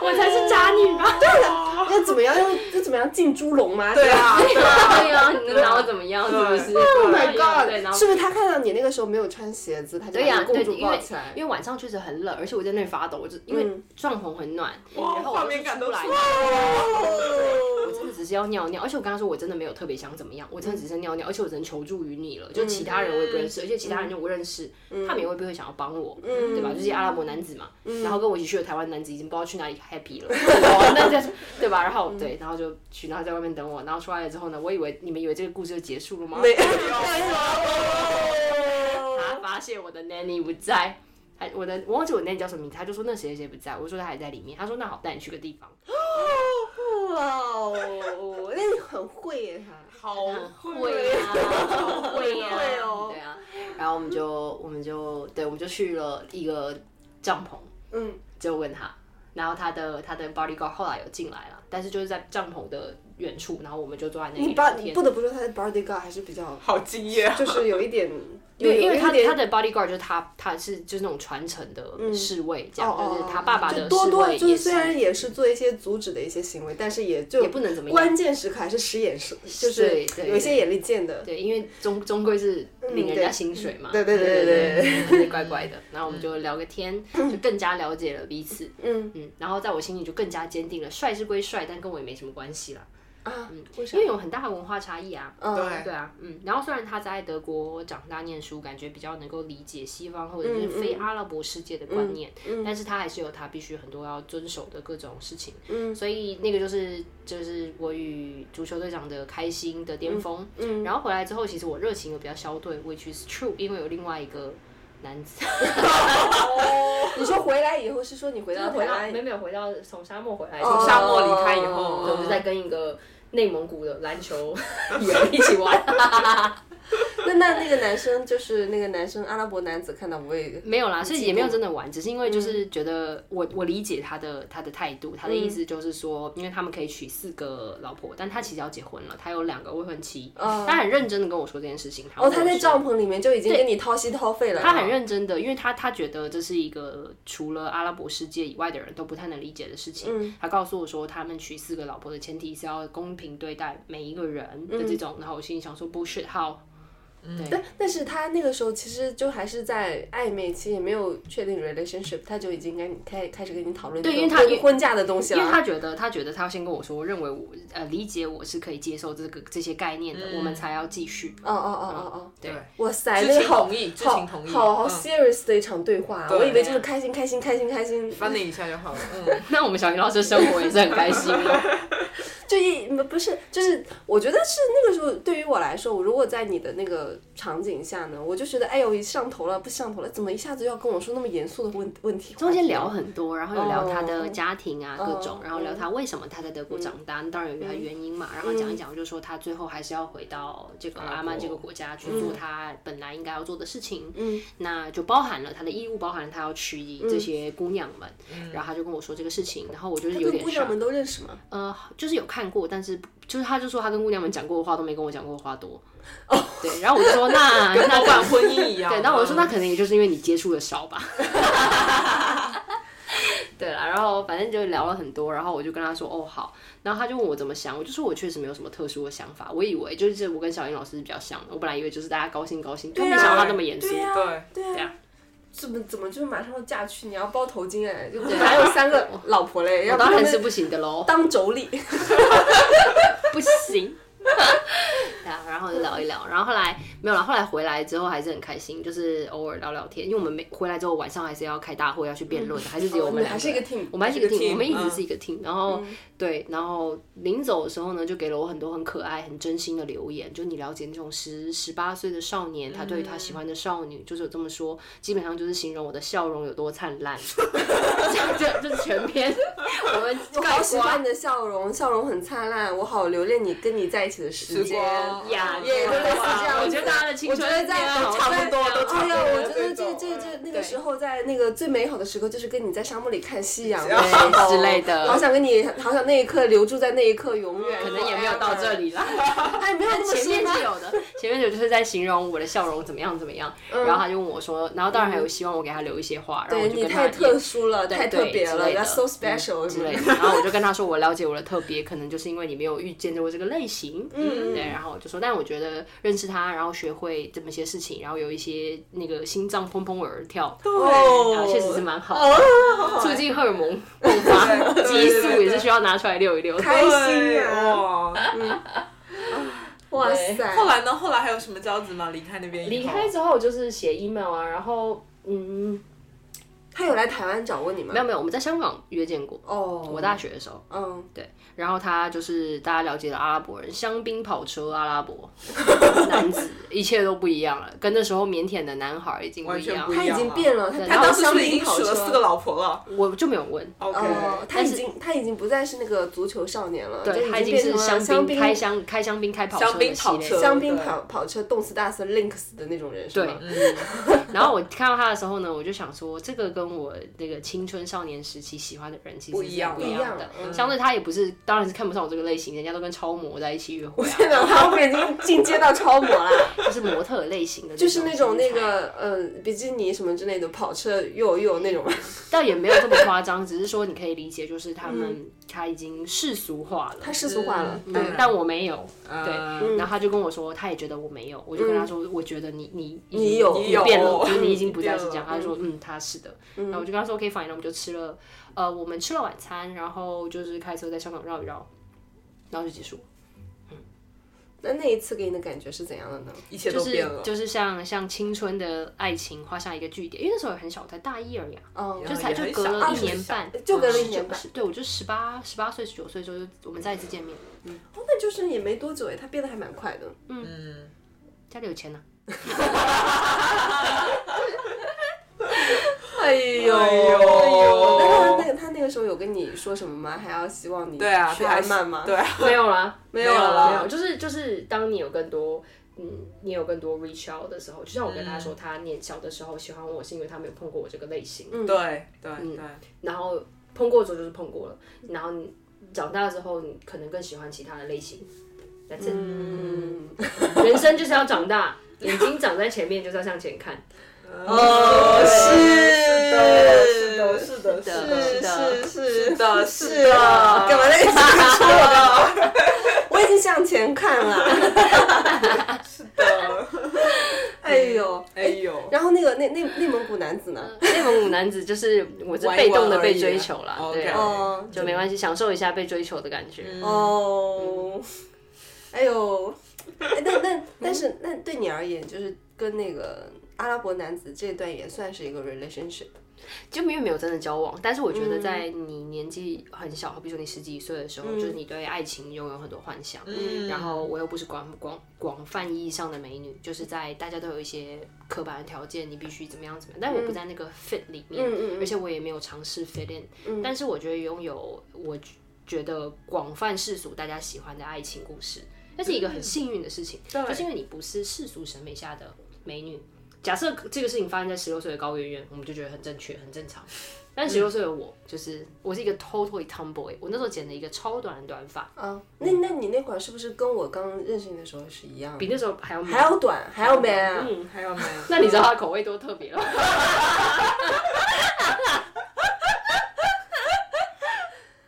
S3: 我才是渣女吧？
S5: 要怎么样？要 要怎么样进猪笼吗？
S6: 啊对啊，
S3: 对呀、你能拿我怎么样？是不是？Oh
S5: ，Oh my
S3: 对，然
S5: god！
S3: 后
S5: 是。不是他看到你那个时候没有穿鞋子，他就
S3: 对啊哎呀、
S5: 把
S3: 对，
S5: 公主
S3: 因
S5: 抱
S3: 为
S5: 起 来？
S3: 因为晚上确实很冷，而且我在那里发抖，我就因为
S5: 嗯
S3: 帐篷很暖，
S6: 哇
S3: 然后
S6: 画
S3: 我就
S6: 面感
S3: 出
S6: 都
S3: 来
S6: 出，
S5: 哦
S3: 我真的只是要尿尿，而且我跟他说我真的没有特别想怎么样，我真的只是尿尿，而且我只能求助于你了，就其他人我也不认识，而且其他人就不认识，他们也未必会想要帮我，对吧？就是阿拉伯男子嘛，然后跟我一起去的台湾男子已经不知道去哪里 happy 了， 那这对吧？然后对，然后就去，然后在外面等我，然后出来了之后呢，我以为你们以为这个故事就结束了吗？
S5: 没 有，
S3: 他发现我的 nanny 不在，还我的我忘记我 nanny 叫什么名字，他就说那谁谁谁不在，我说他还在里面，他说那好，带你去个地方，
S5: 哇哦，那你很会耶，他。
S6: 好
S3: 会啊，好会啊，
S5: 会哦
S3: 对啊，然后我们就我们就对我们就去了一个帐篷，
S5: 嗯，
S3: 就问他，然后他的他的 bodyguard 后来有进来了，但是就是在帐篷的远处，然后我们就坐在那里
S5: 你把
S3: 聊
S5: 你
S3: 天
S5: 不。得不说他的 bodyguard 还是比较，
S6: 好敬业啊，
S5: 就是有 一点，
S3: 因为因为
S5: 有
S3: 他
S5: 一点嗯
S3: 他的 bodyguard 就是他他是就是那种传承的侍卫，这样、
S5: 哦
S3: 就
S5: 哦
S3: 是他爸爸的
S5: 就
S3: 侍
S5: 多多
S3: 卫
S5: 就是
S3: 也
S5: 虽然也是做一些阻止的一些行为，但是也就
S3: 也不能怎么样
S5: 关键时刻还是使眼色，就是
S3: 对对
S5: 有一些眼力见的。
S3: 对，因为终终归是领人
S5: 对
S3: 家薪水嘛，
S5: 对对对对对
S3: 对对，怪怪的。然后我们就聊个天，就更加了解了彼此，
S5: 嗯
S3: 嗯，然后在我心里就更加坚定了，帅是归帅，但跟我也没什么关系啦，
S5: 啊，为
S3: 嗯
S5: 啥
S3: 因为有很大的文化差异啊。
S5: 嗯
S6: 对
S3: 对啊，嗯，然后虽然他在德国长大念书，感觉比较能够理解西方或者是非阿拉伯世界的观念，但是他还是有他必须很多要遵守的各种事情，嗯，所以那个就是就是我与足球队长的开心的巅峰，嗯，然后回来之后，其实我热情又比较消退，which is true，因为有另外一个男子，
S5: 哦 你说回来以后是说你回到
S3: 回
S5: 台
S3: 到
S5: 湾
S3: 没有没有回到从沙漠回来，
S5: 哦
S3: 从
S6: 沙漠离开以后，
S3: 我就在跟一个内蒙古的篮 球友一起玩。
S5: 那那那个男生就是那个男生阿拉伯男子看到不会
S3: 没有啦，是也没有真的玩，只是因为就是
S5: 嗯
S3: 觉得我我理解他的他的态度，他的意思就是说，因为他们可以娶四个老婆，但他其实要结婚了，他有两个未婚妻，他很认真的跟我说这件事情。
S5: 哦，他在帐
S3: 篷，
S5: 篷里面就已经跟你掏心掏肺了，啊
S3: 他很认真的，因为他他觉得这是一个除了阿拉伯世界以外的人都不太能理解的事情。
S5: 嗯
S3: 他告诉我说，他们娶四个老婆的前提是要公平对待每一个人
S5: 嗯
S3: 的这种，然后我心里想说 bullshit how。
S5: 但但是他那个时候其实就还是在暧昧期，也没有确定 relationship，他就已经跟你开开始跟你讨论
S3: 对
S5: 这个
S3: 因为他
S5: 婚婚嫁的东西
S3: 因为
S5: 了。啊
S3: 他觉得，他觉得他要先跟我说，认为我呃理解我是可以接受这个这些概念的，
S5: 嗯
S3: 我们才要继续。
S5: 哦哦哦哦
S3: 对，
S5: 哦，哇塞，
S6: 知
S5: 那个
S6: 情
S5: 好
S6: 同意知
S5: 好
S6: 情同意
S5: 好好
S6: 嗯
S5: serious 的一场对话啊，
S6: 对
S5: 我以为就是开心开心开心开心，
S6: 翻了一下就好了。嗯，
S3: 那我们小云老师生活也是很开心哦。
S5: 就一不是，就是我觉得是那个时候，对于我来说，我如果在你的那个场景下呢，我就觉得，哎呦，一上头了，不上头了，怎么一下子要跟我说那么严肃的问问题？
S3: 中间聊很多，然后有聊他的
S5: 哦
S3: 家庭啊、各种
S5: 哦，嗯
S3: 然后聊他为什么他在德国长大，当然有他原因嘛。然后讲一讲，就说他最后还是要回到这个阿曼这个国家去
S5: 嗯
S3: 做他本来应该要做的事情。嗯，那就包含了他的义务，包含了他要娶这些
S5: 嗯
S3: 姑娘们。然后他就跟我说这个事情，然后我就是有
S5: 跟
S3: 点
S5: 姑娘
S3: shock
S5: 们都认识吗？
S3: 呃，就是有看过，但是不就是他就说他跟姑娘们讲过的话都没跟我讲过的话多。哦，对，然后我就说 那那
S6: 老板婚姻一样。
S3: 对，那我就说那
S6: 嗯
S3: 可能也就是因为你接触的少 吧。对啦，然后反正就聊了很多，然后我就跟他说哦好，然后他就问我怎么想，我就说我确实没有什么特殊的想法，我以为就是我跟小英老师比较像，我本来以为就是大家高兴高兴，就没
S5: 啊
S3: 想到他那么严肃。
S5: 对呀、
S6: 对
S5: 对呀、
S3: 对啊
S5: 怎么怎么就马上要嫁娶？你要包头巾 哎，就还有三个老婆嘞，要
S3: 我
S5: 不
S3: 当
S5: 他
S3: 然是
S5: 们
S3: 不行的喽。
S5: 当妯娌。
S3: 不行。 对啊，然后就聊一聊，然后后来没有了。后来回来之后还是很开心，就是偶尔聊聊天，因为我们没回来之后晚上还是要开大会，要去辩论，还是只有我们
S5: 哦
S3: 两
S5: 还是一个
S3: 人
S5: team，
S3: 我们还是一个
S6: 还是一
S3: team，
S6: 个
S3: 我们一
S6: team，
S3: 直是一个 team。然后对，然后临走的时候呢，就给了我很多很可爱、很真心的留言，就你了解那种十十八岁的少年，他对于他喜欢的少女，就是有这么说，基本上就是形容我的笑容有多灿烂。这这这全篇 我们
S5: 我
S3: 概
S5: 好喜
S3: 括
S5: 欢你的笑容，笑容很灿烂，我好留恋你跟你在一起的时
S6: 时
S5: 间。
S6: 光
S3: 呀，
S5: 哦也
S3: 哇
S5: 类似这样子
S3: 我觉得大家的青
S5: 我
S3: 春
S5: 觉得在
S3: 都
S6: 差不多都差
S5: 哎
S6: 不
S5: 呀，
S6: 多
S5: 我觉得这
S6: 这种
S5: 这这那个
S3: 对
S5: 时候，在那个最美好的时刻，就是跟你在沙漠里看夕 阳哎
S6: 对
S3: 之类的
S5: 好想跟你，好想那一刻留住在那一刻，永远。
S3: 可能也没有到这，里啦。
S5: 哎，没有那么
S3: 前面
S5: 说
S3: 是有的，前面有就是在形容我的笑容怎么样怎么样，然后他就问我说，然后当然还有希望我给他留一些话，然后我
S5: 嗯对
S3: 就
S5: 你
S3: 跟
S5: 太
S3: 他
S5: 特殊了，
S3: 对
S5: 太特别了
S3: 对之类的嗯
S5: ，That's so special
S3: 之类的，然后我就跟他说，我了解我的特别，可能就是因为你没有遇见过这个类型，嗯，对，然后我就说，但我觉得认识他，然后学会这么些事情，然后有一些那个心脏砰砰而跳，
S6: 对
S3: 啊，确实是蛮好的，
S5: 哦，
S3: 促进荷尔蒙迸发，
S6: 对对
S3: 激
S6: 对
S3: 素也是需要拿出来溜一溜的。
S5: 开心啊！
S6: 哇！
S5: 哇塞，
S6: 哦后来呢？后来还有什么交集吗？离开那边以后
S3: 离开之后就是写 email 啊，然后嗯，
S5: 他有来台湾找过你吗
S3: 没？有没有，我们在香港约见过。
S5: 哦，
S3: 我大学的时候，
S5: 嗯，
S3: 然后他就是大家了解了阿拉伯人，香槟跑车、阿拉伯男子，一切都不一样了，跟那时候腼腆的男孩已经不
S6: 完
S3: 一
S6: 全
S3: 样
S6: 不一
S5: 他
S3: 了。
S6: 样
S5: 已经变了，他
S3: 对
S5: 他
S6: 他
S5: 到
S6: 当时
S5: 香
S6: 是不是已
S5: 槟
S6: 经
S5: 跑
S6: 娶
S5: 车
S6: 了四个老婆了
S3: 我就没有问，
S6: ？OK，
S5: 哦，他
S3: 但
S5: 已
S3: 是
S5: 经他已经不再是那个足球少年了，就
S3: 对他已经
S5: 变
S3: 是
S5: 成了香
S3: 槟开香开香槟开跑车
S6: 香槟
S3: 的
S6: 跑
S3: 系
S6: 车
S3: 列。
S5: 香槟
S6: 对
S5: 跑跑车动次打次 Links 的那种人是
S3: 对
S5: 吗？
S6: 嗯
S3: 然后我看到他的时候呢，我就想说，这个跟我那个青春少年时期喜欢的人其实是
S6: 不一样
S3: 不
S5: 不一
S3: 一
S5: 样
S3: 样的。相对他也不是，当然是看不上我这个类型，人家都跟超模在一起约会啊，
S5: 天哪，他们已经进阶到超模了，
S3: 就是模特类型的，
S5: 就是那种
S3: 身
S5: 那
S3: 材
S5: 个呃比基尼什么之类的跑车又有又有那种，
S3: 但也没有这么夸张，只是说你可以理解，就是他们他已经世俗化了。
S5: 他世俗化了，
S3: 嗯
S5: 对，
S3: 但我没有，对，
S6: 嗯
S3: 然后他就跟我说，他也觉得我没有，我就跟他说，我觉得你你
S5: 你有
S3: 你
S6: 你有
S3: 变了，就是你已
S6: 你
S3: 经不再是这
S6: 变
S3: 样。
S6: 了
S3: 他就说，嗯，他是的。然后我就跟他说，OK fine，那我们就吃了，呃，我们吃了晚餐，然后就是开车在香港绕一绕，然后就结束。
S5: 那那一次给你的感觉是怎样的呢？
S6: 一切
S3: 就
S6: 都
S3: 是
S6: 变了。
S3: 就是像像青春的爱情画下一个句点，因为那时候也很小，我才大一而已啊。
S5: 哦，
S3: 就
S6: 然后
S3: 才
S6: 也
S3: 就
S6: 很
S3: 隔
S6: 小
S3: 了一
S6: 就
S3: 年
S6: 很小
S3: 半，
S5: 就隔了一
S3: 19
S5: 年半
S3: 是对我就十八十八岁十九岁之后，就我们再一次见面。嗯
S5: 哦那就是也没多久哎，他变得还蛮快的。
S6: 嗯，
S3: 家里有钱呢、
S5: 哎呦
S6: 哎呦
S5: 那他那个他那个时候有跟你说什么吗？还要希望你
S6: 哦对啊，
S5: 去
S6: 他还
S5: 安曼吗？
S6: 对啊，
S3: 没有啦，
S5: 没
S6: 有了
S3: 没有，就是就是当你有更多。嗯，你有更多 reach out 的时候，就像我跟他说，他年小的时候喜欢我，是因为他没有碰过我这个类型，
S6: 对对对，
S3: 然后碰过之后就是碰过了，然后你长大之后，你可能更喜欢其他的类型。但是、
S5: 嗯，
S3: 人生就是要长大，眼睛长在前面，就是要向前看。
S6: 哦，
S5: 是的
S6: 是的，是
S3: 是的
S5: 是
S6: 是的，是啊，
S5: 干嘛在一起说 我的？我已经向前看了。
S6: 的？
S5: 哎呦，
S6: 哎呦，
S5: 然后那个内内内蒙古男 子呢？
S3: 内蒙古男子就是我是被动的被追求啦，
S6: 玩一玩而已
S3: 对
S6: 啊，OK 嗯
S5: 哦，
S3: 就没关系，享受一下被追求的感觉。
S5: 哦，哎呦，哎但但但是那对你而言，就是跟那个阿拉伯男子这段也算是一个 relationship。
S3: 就因为没有真的交往，但是我觉得在你年纪很小，比如说你十几岁的时候，就是你对爱情拥有很多幻想。
S6: 嗯
S3: 然后我又不是广广广泛意义上的美女，就是在大家都有一些刻板的条件，你必须怎么样怎么样，但我不在那个 fit 里面，
S5: 嗯嗯嗯嗯嗯
S3: 而且我也没有尝试 fit in，、但是我觉得拥有我觉得广泛世俗大家喜欢的爱情故事，那是一个
S5: 嗯
S3: 很幸运的事情，就是因为你不是世俗审美下的美女。假设这个事情发生在十六岁的高圆圆，我们就觉得很正确、很正常。但十六
S5: 嗯
S3: 岁的我，就是我是一个 totally tomboy，我那时候剪了一个超短的短发，
S5: 啊，那那你那会儿是不是跟我刚认识你的时候是一样
S3: 比
S5: 的？
S3: 那时候还要美
S5: 还要短，还要 man 啊！
S3: 嗯，
S6: 还有 没有？
S3: 那你知道他口味多特别了？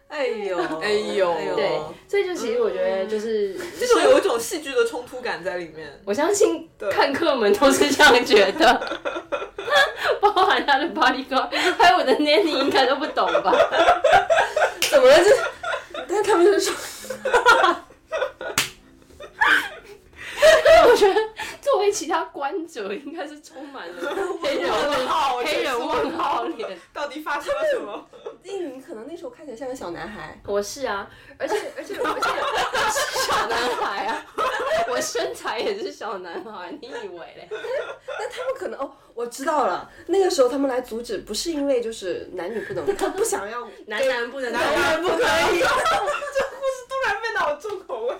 S5: 哎呦，
S6: 哎呦
S3: 对，所以就其实我觉得嗯就是，
S6: 这种有一种戏剧的冲突感在里面。
S3: 我相信看客们都是这样觉 得，包含他的 bodyguard，还有我的 nanny 应该都不懂吧？
S5: 怎么了？ 这，但他们就说，
S3: 但我觉得作为其他观者，应该是充满了黑人问
S6: 号
S3: 黑人问号脸。
S6: 到底发生了什么？
S5: 你可能那时候看起来像个小男孩，
S3: 我是啊，而且而且而且我是小男孩啊，我身材也是小男孩，你以为嘞？
S5: 他们可能哦，我知道了，那个时候他们来阻止，不是因为就是男女不能，他不想 要，
S3: 男男不能当
S6: 男人不可以。这故事突然变到我重口 味，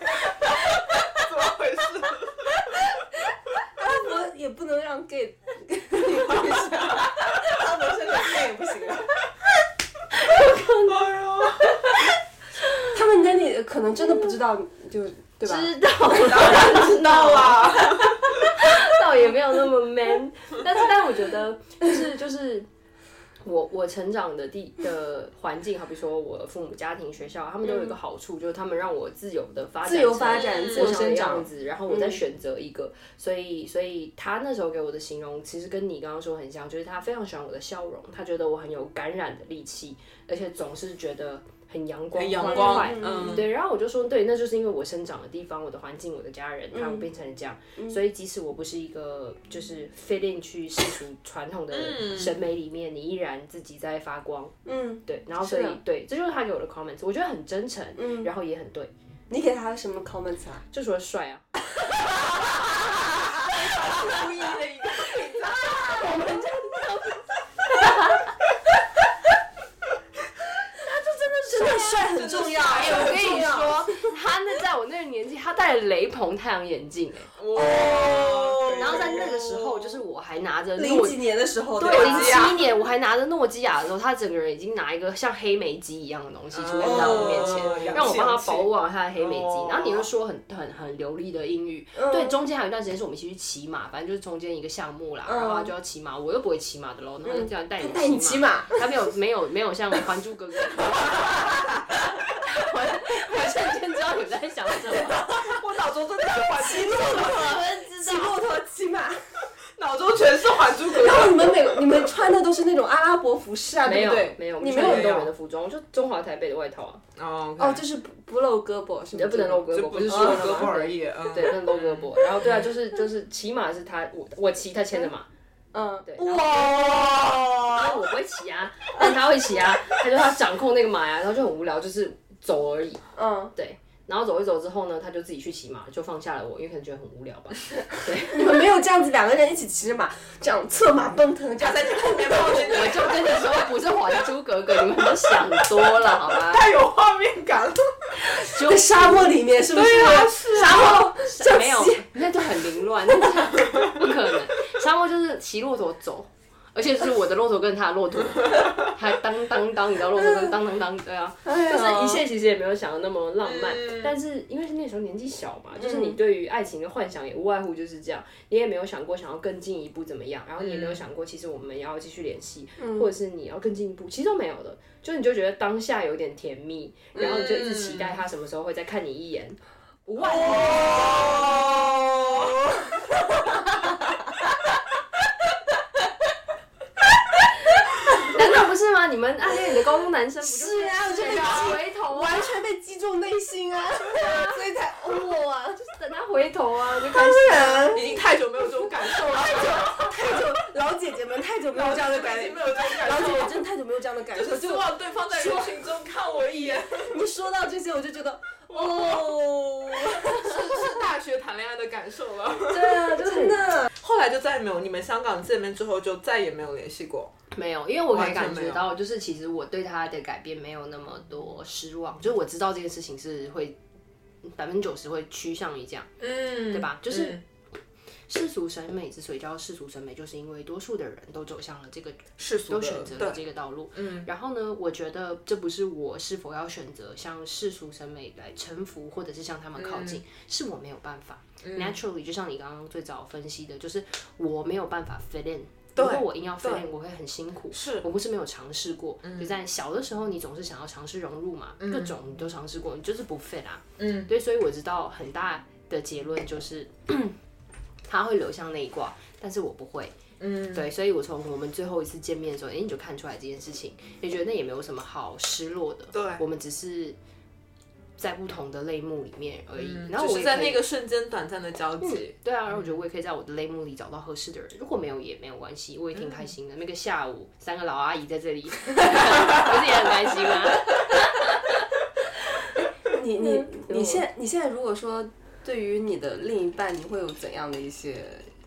S6: 怎么回事？
S5: 我也不能让 gay，他们是个 gay 也不行啊。
S6: 哎呦，
S5: 他们男女可能真的不知道，就对吧？
S3: 知道了。
S6: 知道啦。
S3: 倒也没有那么 man，但是但我觉得就是就是我我成长的地的环境，好比说我父母家庭、学校，他们都有一个好处，就是他们让我自由的发展，
S5: 自由发展，自
S3: 我
S5: 由
S3: 想的
S5: 生长
S3: 样，子，然后我再选择一个。所以，所以他那时候给我的形容，其实跟你刚刚说很像，就是他非常喜欢我的笑容，他觉得我很有感染的力气，而且总是觉得。很阳光、
S6: 很阳
S3: 欢
S6: 光
S3: 快，
S6: 嗯
S3: 对。然后我就说，对，那就是因为我生长的地方、我的环境、我的家人，
S5: 嗯
S3: 让我变成这样。所以即使我不是一个就是 fit in 去世俗传统的审美里面，你依然自己在发光，
S5: 嗯，
S3: 对。然后所以
S5: 是啊
S3: 对，这就是他给我的 comments，我觉得很真诚，
S5: 嗯
S3: 然后也很对，
S5: 你给他什么 comments 啊？
S3: 就除了帅啊。
S6: 故意的一个，
S5: 真的帅很重要，
S3: 哎、我跟
S5: 很
S3: 你
S5: 重要，
S3: 说，他那在我那个年纪，他戴了雷朋太阳眼镜、哎，
S5: 嗯
S6: 哇
S3: 然后在那个时候，就是我还拿着
S2: 零
S3: 诺
S2: 几年的时候，
S3: 对，零
S2: 吧
S3: 七年我还拿着诺基亚的时候，他整个人已经拿一个像黑莓机一样的东西出现在我面
S6: 哦
S3: 前，
S6: 洋
S3: 让我
S6: 气
S3: 帮
S6: 洋
S3: 他
S6: 气
S3: 保管他的黑莓机
S6: 哦。
S3: 然后你又说很很很流利的英语，对，中间还有一段时间是我们一起去骑马，反正就是中间一个项目啦，然后他就要骑马，我又不会骑马的喽，然后就这嗯样带你
S5: 带你骑
S3: 骑马，
S5: 马，
S3: 他没有没有没有像《还珠 格格》。我我瞬间知道你们在想什么，
S6: 我脑中真的是《还 珠格格
S5: 骑骆驼，骑马。》，
S6: 脑中全是《还珠格格
S5: 然》后你们每你们穿的都是那种阿拉伯服饰啊，
S3: 没
S5: 对
S3: 有
S5: 不对？
S3: 没有，
S5: 你
S3: 没
S5: 没
S3: 有
S5: 有
S3: 很多人的服装，就中华台北的外套啊，
S6: 哦
S5: 哦，就是不不露胳膊是吗？
S3: 也呃不能露胳
S6: 就不
S3: 膊，不
S6: 是
S3: 是
S6: 说
S3: 说
S6: 我
S3: 了
S6: 胳
S3: 吗
S6: 膊而已，嗯，
S3: 对，那搂胳膊，然后对啊，就是就是骑马是他我我骑，他牵着马，
S5: 嗯，
S3: 对，然
S6: 哇，
S3: 后我不会骑啊，但他会骑啊，他就他掌控那个马呀、然后就很无聊，就是走而已，
S5: 嗯，
S3: 对，然后走一走之后呢，他就自己去骑马，就放下了我，因为可能觉得很无聊 吧，对，
S5: 你们没有这样子两个人一起骑着马，这样策马奔腾，这样在
S6: 后面抱着
S3: 我
S6: 你，
S3: 就跟你说不是《还珠格格》，你们都想多了好吗？
S6: 太有画面感了，
S3: 就
S5: 在沙漠里面，是不是？
S6: 啊是
S5: 沙漠就
S3: 啊没有
S5: 骑，
S3: 那就很凌乱，那是不可能，沙漠就是骑骆驼走。而且是我的骆驼跟他的骆驼，还当当当，你知道骆驼跟当当当，对啊，
S5: 哎
S3: 就
S5: 呦
S3: 是一切其实也没有想的那么浪漫，
S6: 嗯
S3: 但是因为是那时候年纪小嘛，就是你对于爱情的幻想也无外乎就是这样，你也没有想过想要更进一步怎么样，然后你也
S6: 嗯
S3: 没有想过其实我们要继续联系，或者是你要更进一步，其实都没有的，就是你就觉得当下有点甜蜜，然后你就一直期待他什么时候会再看你一眼，无外乎
S6: 哦，
S3: 难道不是吗？你们暗恋你的高中男生不就是
S5: 啊我就很
S3: 他回头啊，
S5: 完全被击中内心啊，所以才哦啊，就是
S3: 等他回头 啊，就开始。
S5: 当然，
S6: 已经太久没有这种感受了，
S5: 太久老姐姐们太久没有这样的感
S6: 已经
S5: 觉
S6: 没，哦有这种感
S5: 老姐
S6: 受
S5: 姐
S6: 了，
S5: 真的太久没有这样的感
S6: 就
S5: 受，
S6: 是希
S5: 就
S6: 望对方在人群中看我一 眼，
S5: 你说到这些，我就觉得哦，
S6: 是大学谈恋爱的感受了。
S5: 对啊，真的，
S6: 后来就再也没有，你们香港见面之后就再也没有联系过。
S3: 没有，因为我可
S6: 完
S3: 以
S6: 全
S3: 感
S6: 没
S3: 觉
S6: 有
S3: 到，就是其实我对他的改变没有那么多失望，就是我知道这件事情是会百分之九十会趋向于这样。
S6: 嗯，
S3: 对吧就是世俗审美之所以叫世俗审美，就是因为多数的人都走向了这个，
S6: 世俗
S3: 都
S6: 的
S3: 选择了这个道路。嗯，然后呢，我觉得这不是我是否要选择向世俗审美来臣服，或者是向他们靠近，是我没有办法。Naturally，就像你刚刚最早分析的，就是我没有办法 fit in。如果我硬要 fit in，我会很辛苦。
S6: 是嗯
S3: 我不是没有尝试过，就在小的时候，你总是想要尝试融入嘛，各种你都尝试过，你就是不 fit 啊。嗯，对，所以我知道很大的结论就是， 他会流向内挂，但是我不会。嗯，对，所以我从我们最后一次见面的时候，哎、你就看出来这件事情，也觉得那也没有什么好失落的。
S6: 对
S3: 我们只是在不同的类目里面而已。然后
S6: 嗯就
S3: 我
S6: 是
S3: 嗯也
S6: 在
S3: 可以
S6: 那个瞬间短暂的交集。
S3: 对啊，然后我觉得我也可以在我的类目里找到合适的人，如果没有也没有关系，我也挺开心的。那个下午三个老阿姨在这里， 不是也很开心吗？
S5: 你你你现你现在如果说对于你的另一半，你会有怎样的一些？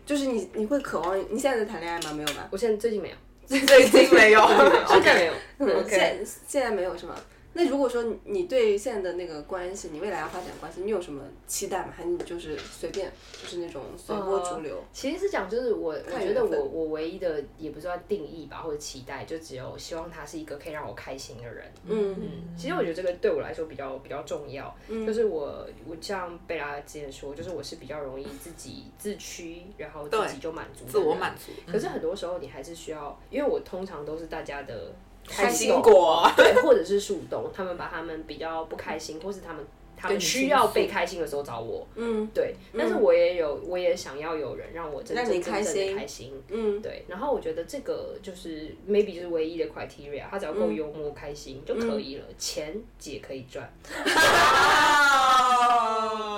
S5: 就是你你会渴望？你现在在谈恋爱吗？没有吧？
S3: 我现在最近没有，
S6: 最近没有，
S3: 最近没有，
S5: 嗯
S6: OK
S5: 现现在没有是吗？那如果说你你对现在的那个关系，你未来要发展关系，你有什么期待吗？还是你就是随便，就是那种随波逐流？
S3: 其实是讲，就是我我
S5: 看
S3: 觉得
S5: 缘分
S3: 我我唯一的也不是要定义吧，或者期待，就只有希望他是一个可以让我开心的人。
S5: 嗯
S3: 其实我觉得这个对我来说比较比较重要，就是我我像贝拉之前说，就是我是比较容易自己自驱，然后自己就满足的
S6: 自
S3: 人，
S6: 我满足，
S3: 可是很多时候你还是需要，因为我通常都是大家的
S6: 开
S3: 果。
S6: 心果。
S3: 嗯对，或者是树洞，他们把他们比较不开心，或是他们他们需要被开心的时候找我，
S5: 嗯
S3: 对。但是我也有，我也想要有人让我真
S5: 让
S3: 正
S5: 你
S3: 真正
S5: 开心
S3: 的开心，
S5: 嗯
S3: 对。然后我觉得这个就是 maybe 就是唯一的 criteria，他只要够幽默、开心就可以了，钱姐可以赚，
S6: 啊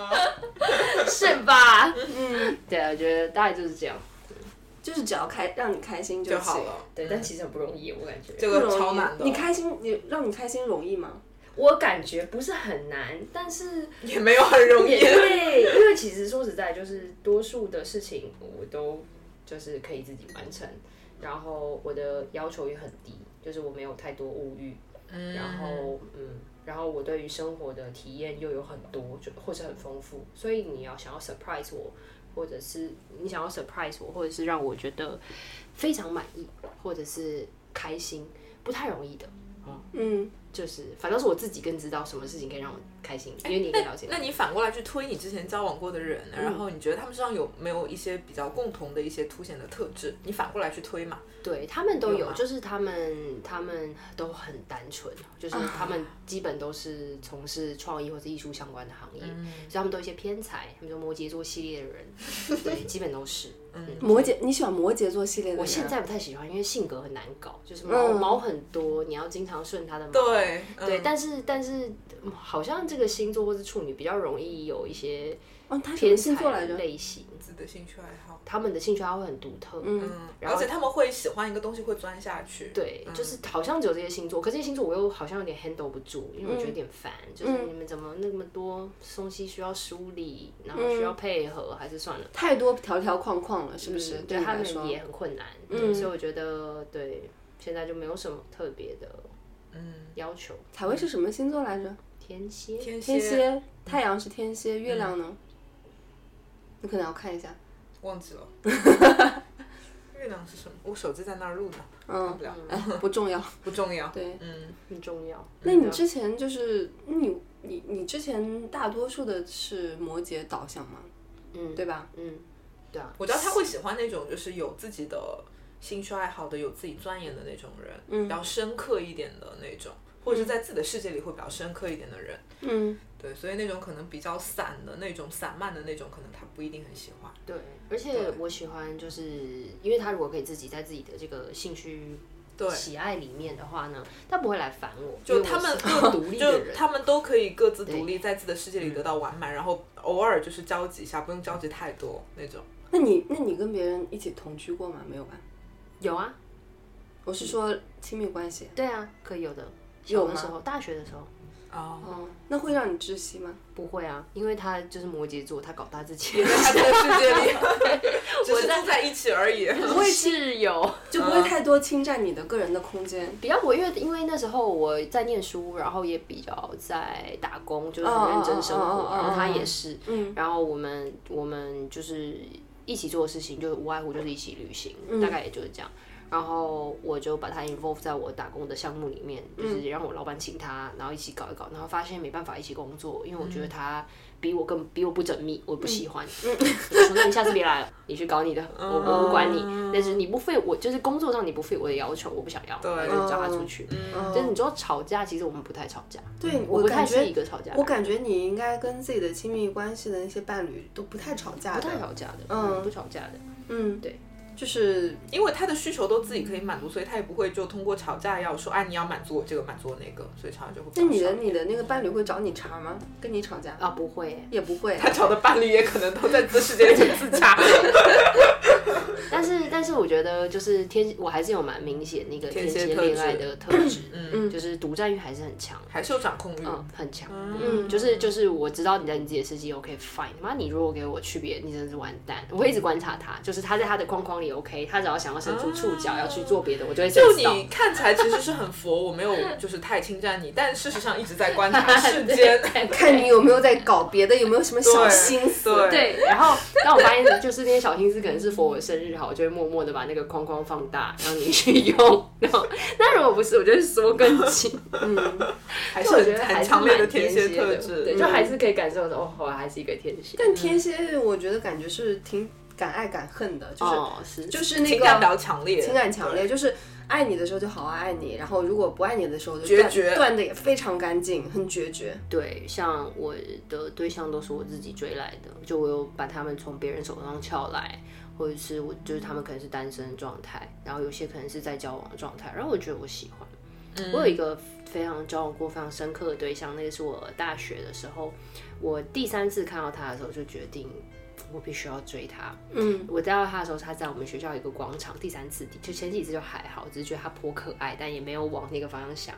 S3: 是吧？嗯，对啊，我觉得大概就是这样。
S5: 就是只要开让你开心
S6: 就
S5: 行
S6: 好。了，
S3: 对，但其实很不容易，我感觉。
S6: 这
S5: 不容
S6: 个
S5: 易
S6: 超难的，
S5: 你开心，你让你开心容易吗？
S3: 我感觉不是很难，但是
S6: 也没有很 容易
S3: 也，对，因为其实说实在，就是多数的事情我都就是可以自己完成，然后我的要求也很低，就是我没有太多物欲， 然后嗯，然后我对于生活的体验又有很多，就或是很丰富，所以你要想要 surprise 我，或者是你想要 surprise 我，或者是让我觉得非常满意，或者是开心，不太容易的。
S5: 嗯，
S3: 就是，反倒是我自己更知道什么事情可以让我开心，因为你更了解我。
S6: 那你反过来去推你之前交往过的人，然后你觉得他们身上有没有一些比较共同的一些凸显的特质？你反过来去推嘛？
S3: 对他们都
S6: 有
S3: 有，
S6: 吗
S3: 就是他们他们都很单纯，就是
S5: 啊
S3: 他们基本都是从事创意或者艺术相关的行业，
S5: 嗯
S3: 所以他们都有一些偏才，他们就摩羯座系列的 人，对，基本都是。
S5: 嗯
S3: 嗯
S5: 摩羯，啊你喜欢摩羯座系列的人？
S3: 我现在不太喜欢，因为性格很难搞，就是毛、
S5: 嗯
S3: 毛很多，你要经常顺他的毛。
S6: 对
S3: 对，
S6: 嗯
S3: 但是但是嗯好像这个星座或是处女比较容易有一些
S5: 哦，他什么
S3: 偏
S5: 星座
S3: 才
S5: 来着？
S3: 类型，
S6: 自己的兴趣爱好，
S3: 他们的兴趣爱好会很独特。
S6: 嗯，
S3: 然
S6: 而
S3: 后
S6: 且他们会喜欢一个东西会钻下去，
S3: 对，就是好像只有这些星座，可这些星座我又好像有点 handle 不住，因为我觉得有点烦，就是你们怎么那么多东西需要梳理，然后需要配合，还是算了。
S5: 太多条条框框了，是不是？
S3: 嗯对
S5: 嗯你
S3: 他
S5: 来说
S3: 们也很困难，对，所以我觉得对现在就没有什么特别的嗯要求。
S5: 采薇是什么星座来着？
S3: 嗯天蝎，
S6: 天
S5: 天
S6: 蝎
S5: 蝎，太阳是天蝎，月亮呢？你可能要看一下。
S6: 忘记了。月亮是什么？我手机在那儿录呢，看
S5: 嗯
S6: 不了，，
S5: 哎，不重要。
S6: 不重要。
S5: 对，
S6: 嗯，
S3: 很重要。
S5: 那你之前就是你你你之前大多数的是摩羯导向嘛？
S3: 嗯
S5: 对吧？
S3: 嗯，对啊，
S6: 我知道他会喜欢那种就是有自己的兴趣爱好的、有自己钻研的那种人，嗯，比较深刻一点的那种，或者是在自己的世界里会比较深刻一点的人。
S5: 嗯，
S6: 对，所以那种可能比较散的那种、散漫的那种，可能他不一定很喜欢。
S3: 对，而且我喜欢就是因为他如果可以自己在自己的这个兴趣。喜爱里面的话呢，他不会来烦我，
S6: 就
S3: 因为我
S6: 他们
S3: 是一
S6: 各
S3: 个独立的
S6: 就
S3: 人，
S6: 他们都可以各自独立，在自己的世界里得到完满，然后偶尔就是交集一下，不用交集太多那种。
S5: 那你那你跟别人一起同居过吗？没有吧？
S3: 有啊，
S5: 我是说亲密关系。
S3: 对啊，可以有的。
S5: 有
S3: 小
S5: 吗
S3: 的时候，大学的时候
S6: 哦，
S5: 哦，那会让你窒息吗？
S3: 不会啊，因为他就是摩羯座，他搞他自己，
S6: 在他的世界 里，只是住在一起而已。
S3: 我室友。
S5: 就不会太多侵占你的个人的空间。
S3: 比较活跃，因为那时候我在念书，然后也比较在打工，就是很认真生活。
S5: 哦哦哦哦哦
S3: 然后他也是，
S5: 嗯
S3: 然后我们我们就是一起做的事情，就无外乎就是一起旅行，大概也就是这样。然后我就把他 involve 在我打工的项目里面，就是让我老板请他，然后一起搞一搞，然后发现没办法一起工作，因为我觉得他比我更比我不缜密，我不喜欢。我说那你下次别来了，你去搞你的，我我不管你。但是你不费我，就是工作上你不费我的要求，我不想要，我就叫他出去。就是你说吵架，其实我们不太吵架，
S5: 嗯对
S3: 我不
S5: 感
S3: 太是一
S5: 觉，
S3: 个吵架的人，
S5: 我感觉你应该跟自己的亲密关系的那些伴侣都不太吵架
S3: 不太
S5: 的。
S3: 吵架的，嗯，不吵架的。
S5: 嗯，
S3: 对，
S5: 就是
S6: 因为他的需求都自己可以满足，所以他也不会就通过吵架要说，哎，你要满足我这个，满足我那个，所以吵架就会比较少。
S5: 那你的你的那个伴侣会找你茬吗？跟你吵架？
S3: 啊，不会欸、
S5: 也不 会。
S6: 他找的伴侣也可能都在这世界里面自 洽。
S3: 但是，但是我觉得就是天，我还是有蛮明显那个
S6: 天
S3: 天
S6: 蝎
S3: 蝎
S6: 特
S3: 恋
S6: 质
S3: 爱的特质，嗯，就是独占欲还是很强，
S6: 还是有掌控欲，
S3: 嗯，很强，嗯，就是就是我知道你在你自己的世界，OK fine，妈，你如果给我去别，你真的是完蛋。我会一直观察他，就是他在他的框框里 OK，他只要想要伸出触角要去做别的，我就会
S6: 就
S3: sense 到
S6: 你看起来其实是很佛，我没有就是太侵占你，但事实上一直在观察世 间。
S5: 看你有没有在搞别的，有没有什么小心思？
S6: 对
S3: 对，然后当我发现就是那些小心思可能是 for 我生日哈，我就会默默的把那个框框放大，让你去用。 然后，那如果不是，我就会缩更紧。
S6: 还是
S3: 就我
S6: 很
S3: 觉得还
S6: 很
S3: 是蛮
S6: 强烈的
S3: 天
S6: 蝎
S3: 蝎
S6: 特
S3: 的
S6: 质
S5: 嗯
S6: 嗯
S3: 对，。就还是可以感受到哦，我还是一个天蝎。
S5: 但天蝎，我觉得感觉是挺敢爱敢恨的，就是、
S3: 哦，是
S5: 就是那个
S6: 情感比较强烈，
S5: 情感强烈，
S6: 对
S5: 就是爱你的时候就好好爱你，然后如果不爱你的时候就
S6: 决
S5: 断
S6: 绝
S5: 断的也非常干净，很决绝。
S3: 对，像我的对象都是我自己追来的，就我有把他们从别人手上撬来，或者是我就是他们可能是单身状态，然后有些可能是在交往的状态，然后我觉得我喜欢。我有一个非常交往过非常深刻的对象，那个是我大学的时候，我第三次看到他的时候就决定我必须要追他。嗯，我见到他的时候，他在我们学校一个广场，第三次就前几次就还好，只是觉得他颇可爱，但也没有往那个方向想。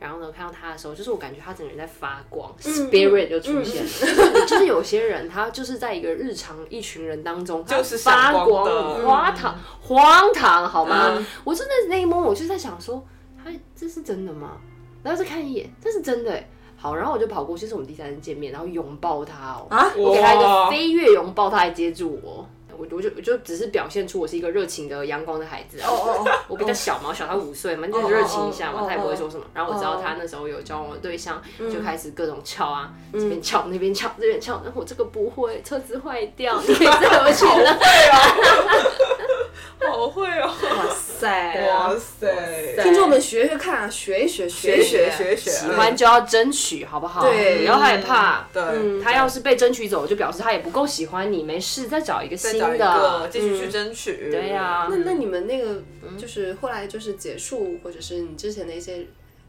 S3: 然后呢，看到他的时候，就是我感觉他整个人在发光、s p i r i t 就出现了。 就是就是有些人他就是在一个日常一群人当中，他
S6: 就是闪
S3: 发
S6: 光
S3: 光
S6: 的嗯
S3: 荒唐荒唐好吗？我真的那一moment 我就在想说，他这是真的吗？然后再看一眼，这是真的、欸。好，然后我就跑过去，这是我们第三次见面，然后拥抱他哦、
S5: 啊
S3: 我给他一个
S6: 哇
S3: 飞跃拥抱，他还接住我。我我就我就只是表现出我是一个热情的阳光的孩子啊，
S5: 哦哦，
S3: 我比较小嘛，我小他五
S6: 哦
S3: 岁嘛，你就是热情一下嘛，他也不会说什么。然后我知道他那时候有交往的对象，
S6: 嗯
S3: 就开始各种撬啊，这边撬那边撬，这边撬。然后我这个不会，车子坏 掉，你可以载我去了。
S6: 好会哦，
S5: 哇 塞！
S3: 啊
S6: 哇塞，
S5: 啊听众们学学看啊，学一学，
S6: 学
S5: 学一
S6: 学
S5: 学，
S6: 学学，
S3: 喜欢就要争取，好不好？
S5: 对
S3: 不要害怕。
S6: 嗯对，
S5: 嗯
S3: 他要是被争取走，就表示他也不够喜欢你，没事，再找一个
S6: 再
S3: 新
S6: 找一个
S3: 的。
S6: 继续去争取，
S3: 对呀、
S5: 嗯那那你们那个就是后来就是结束，或者是你之前的一些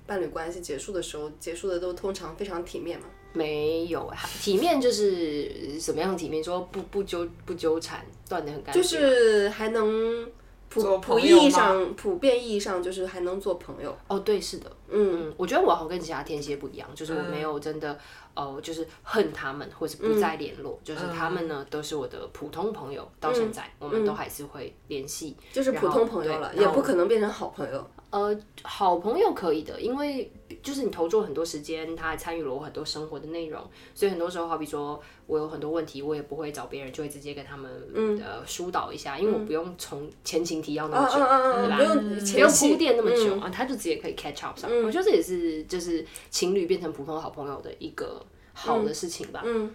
S5: 伴侣关系结束的时候，结束的都通常非常体面嘛。
S3: 没有欸体面就是呃什么样的体面？说不不纠不纠缠，断的很干净。
S5: 就是还能
S6: 做
S5: 普
S6: 朋
S5: 普意
S6: 友吗
S5: 义上普遍意义上就是还能做朋友。
S3: 哦，对，是的，
S5: 嗯
S3: 嗯，我觉得我好像跟其他天蝎不一样，就是我没有真的，呃，就是恨他们或是不
S5: 嗯
S3: 再联络，就是他们呢都是我的普通朋友，
S5: 嗯
S3: 到现在、我们都还是会联系，
S5: 就是普通朋友
S3: 然后
S5: 了，
S3: 对
S5: 也不可能变成好朋友。
S3: 呃，好朋友可以的，因为就是你投注很多时间，他还参与了我很多生活的内容，所以很多时候，好比说我有很多问题，我也不会找别人，就会直接跟他们、呃疏导一下，因为我不用从前情提要那么
S5: 嗯
S3: 久，对吧？
S5: 不用
S3: 不用
S5: 前
S3: 铺
S5: 戏，嗯
S3: 垫那么久、啊，他就直接可以 catch up 上。我觉得这也是就是情侣变成普通好朋友的一个好的事情吧。嗯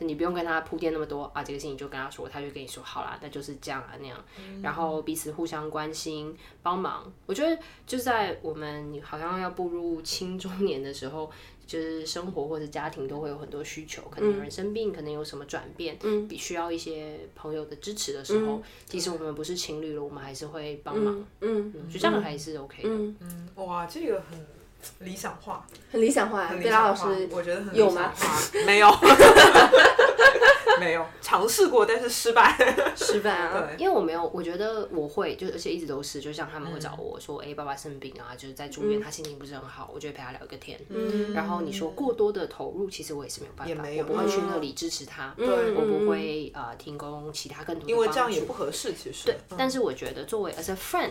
S3: 你不用跟他铺垫那么多啊，这个事情就跟他说，他就跟你说好啦，那就是这样啊那样。
S5: 嗯
S3: 然后彼此互相关心帮忙，我觉得就在我们好像要步入青中年的时候。就是生活或者家庭都会有很多需求，可能
S5: 嗯
S3: 有人生病，可能有什么转变，嗯，必须要一些朋友的支持的时候，即使我们不是情侣了，我们还是会帮忙。
S5: 嗯，
S3: 嗯，就这样还是 OK 的。
S6: 嗯哇，这个很理想化，
S5: 很理想化。
S6: 很理
S5: 贝拉
S6: 想
S5: 老
S6: 化
S5: 师，
S6: 我觉得很理
S5: 有
S6: 想
S5: 吗
S6: 化？没有， 没有尝试过，但是失败。
S5: 失败啊，
S6: 对，
S3: 因为我没有，我觉得我会，就而且一直都是，就像他们会找我说，哎、爸爸生病啊，就是在住院，他心情不是很好，我就会陪他聊个天。嗯，然后你说过多的投入，其实我也是没有办
S6: 也
S3: 法，
S6: 没有
S3: 我不会去那里支持他，
S6: 对
S3: 我不会呃提供其他更多的帮助，
S6: 因为这样也不合适，其实。
S3: 对。
S6: 嗯
S3: 但是我觉得作为 as a friend，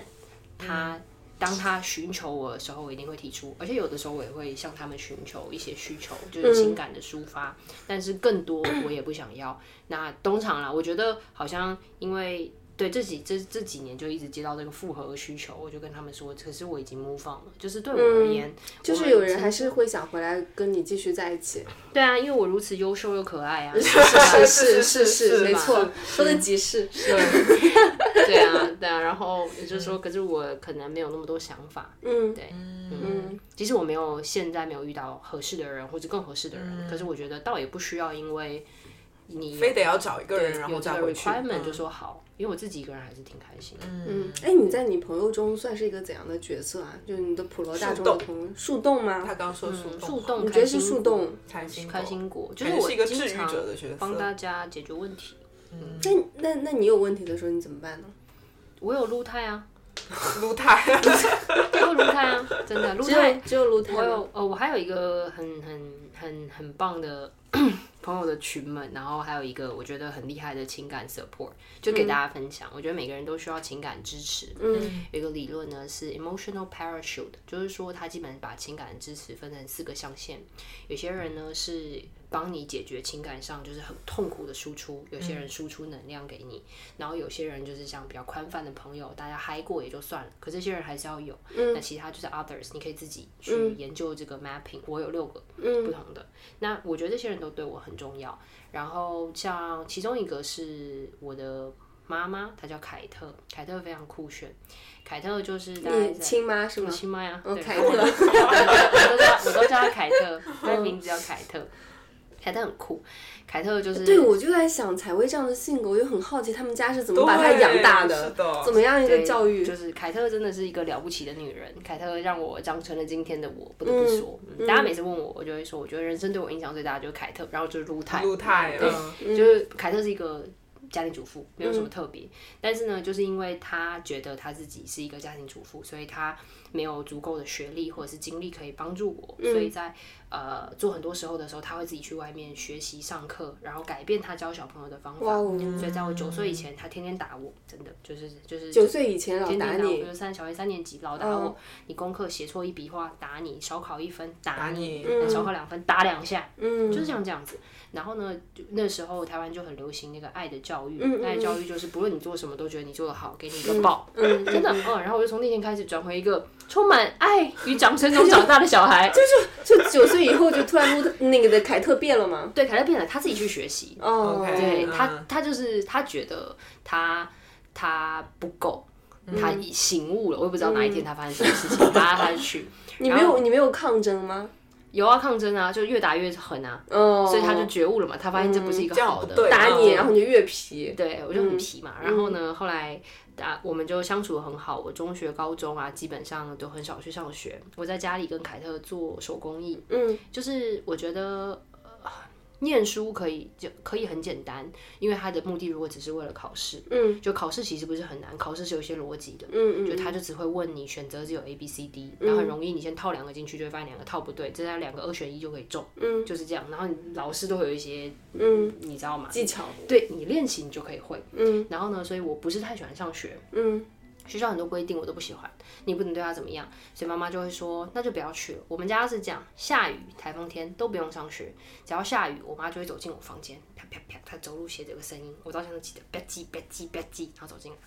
S3: 他。当他寻求我的时候，我一定会提出，而且有的时候我也会向他们寻求一些需求，
S5: 嗯
S3: 就是情感的抒发。但是更多我也不想要。那通常啦，我觉得好像因为对这几这这几年就一直接到这个复合需求，我就跟他们说，可是我已经 move on 了，就是对我而言，
S5: 嗯就
S3: 我
S5: 是有人还是会想回来跟你继续在一起。
S3: 对啊，因为我如此优秀又可爱啊，
S5: 是
S6: 是
S5: 是
S6: 是
S5: 是
S6: 是
S5: 是，没
S3: 吧
S5: 错，说的极是。
S3: 对啊，对啊，然后也就是说，可是我可能没有那么多想法，
S5: 嗯
S3: 对，
S5: 嗯
S3: 即使我没有现在没有遇到合适的人或者更合适的人，可是我觉得倒也不需要因为你
S6: 嗯非得要找一个人，然后
S3: 有这
S6: 再
S3: 个
S6: 回去。
S3: requirement
S6: 嗯
S3: 就说好，因为我自己一个人还是挺开心的。
S5: 嗯，哎，你在你朋友中算是一个怎样的角色啊？就是你的普罗大众的
S6: 树洞
S5: 朋友，树洞吗？
S6: 他刚刚说树洞，
S3: 嗯树洞，
S5: 我觉得是树洞。
S6: 开心
S3: 开
S6: 果
S3: 心果，就
S6: 感觉
S3: 我
S6: 是一个
S3: 经
S6: 治愈
S3: 常
S6: 者的角色
S3: 帮大家解决问题。
S5: 那那那你有问题的时候你怎么办呢？
S3: 我有撸泰啊，
S6: 撸太，
S3: 我有撸泰啊，真的撸
S5: 只有
S3: 泰。
S5: 只有露台
S3: 我
S5: 吗，
S3: 有呃，我还有一个很很很很棒的 朋友的群们，然后还有一个我觉得很厉害的情感 support，就给大家分享。我觉得每个人都需要情感支持。嗯，有一个理论呢是 emotional parachute，就是说它基本把情感支持分成四个象限。有些人呢是帮你解决情感上就是很痛苦的输出，有
S5: 嗯
S3: 些人输出能量给你，然后有些人就是像比较宽泛的朋友，大家嗨过也就算了，可这些人还是要有。
S5: 嗯
S3: 那其他就是 others，你可以自己去研究这个 mapping。我有六个
S5: 嗯
S3: 不同的，那我觉得这些人都对我很重要。然后像其中一个是我的妈妈，她叫凯特，凯特非常酷炫，凯特就是大概
S5: 你
S3: 在
S5: 亲妈是吗？
S3: 亲妈呀，
S5: 哦
S3: 对，
S5: 凯特
S3: 我都我都叫我都叫她凯特，她名字叫凯特，凯特很酷，凯特就是
S5: 对，我就在想采薇这样的性格，我就很好奇他们家是怎么把她养大
S6: 对是的
S5: 怎么样一个
S3: 对
S5: 教育？
S3: 就是凯特真的是一个了不起的女人，凯特让我长成了今天的我，不得不说。嗯大家每次问我，我就会说，我觉得人生对我影响最大的就是凯特，然后就是卢泰，
S6: 露太
S3: 对
S6: 嗯，
S3: 就是凯特是一个家庭主妇，没有什么特别。但是呢，就是因为她觉得她自己是一个家庭主妇，所以她没有足够的学历或者是经历可以帮助我，所以在呃做很多时候的时候，她会自己去外面学习上课，然后改变她教小朋友的方法。
S5: 哇哦，
S3: 所以在我九岁以前，她天天打我，真的就是就是
S5: 九岁以前老
S3: 天
S5: 打
S3: 天打我，比
S5: 你，
S3: 如三小学三年级老打我，你功课写错一笔画打你，少考一分打
S6: 打
S3: 你
S6: 你，
S3: 少考两分打两下，
S5: 嗯，
S3: 就是像这样子。然后呢，就那时候台湾就很流行那个爱的教育，
S6: 嗯
S3: 爱的教育就是不论你做什么都觉得你做的好，给你一个 抱，真的，嗯。然后我就从那天开始转回一个充满爱与掌声中长大的小 孩。
S5: 就九岁以后就突然撸那个的凯特变了吗？
S3: 对，凯特变了，他自己去学习，
S5: 哦
S6: OK
S3: 对
S6: 嗯
S3: 他，他就是他觉得他他不够。
S6: 嗯
S3: 他醒悟了，我也不知道哪一天他发生什么事情，他他就去，
S5: 你没有你没有抗争吗？
S3: 有啊，抗争啊，就越打越狠啊，
S5: 哦，
S3: 所以他就觉悟了嘛，他发现这不是一
S6: 这
S3: 个
S6: 样
S3: 好
S6: 不
S3: 的，
S6: 对
S5: 打你，
S6: 嗯
S5: 然后你就越皮，
S3: 对我就
S5: 嗯
S3: 很皮嘛。然后呢，后来啊，我们就相处的很好，我中学、高中啊，基本上都很少去上学，我在家里跟凯特做手工艺，
S5: 嗯，
S3: 就是我觉得。呃念书可以就可以很简单，因为他的目的如果只是为了考试，
S5: 嗯，
S3: 就考试其实不是很难，考试是有一些逻辑的，
S5: 嗯
S3: 就
S5: 嗯
S3: 他就只会问你选择只有 A B C D，然后很容易你先套两个进去，就会发现两个套不对，这样两个二选一就可以中，
S5: 嗯
S3: 就是这样。然后你老师都会有一些，
S5: 嗯，
S3: 你知道吗？
S5: 技巧，
S3: 对你练习你就可以会，
S5: 嗯
S3: 然后呢，所以我不是太喜欢上学，
S5: 嗯
S3: 学校很多规定我都不喜欢，你不能对他怎么样，所以妈妈就会说那就不要去了。我们家是这样，下雨、台风天都不用上学，只要下雨，我妈就会走进我房间，啪啪啪，她走路鞋子有个声音，我到现在都记得，吧唧吧唧吧唧，然后走进来，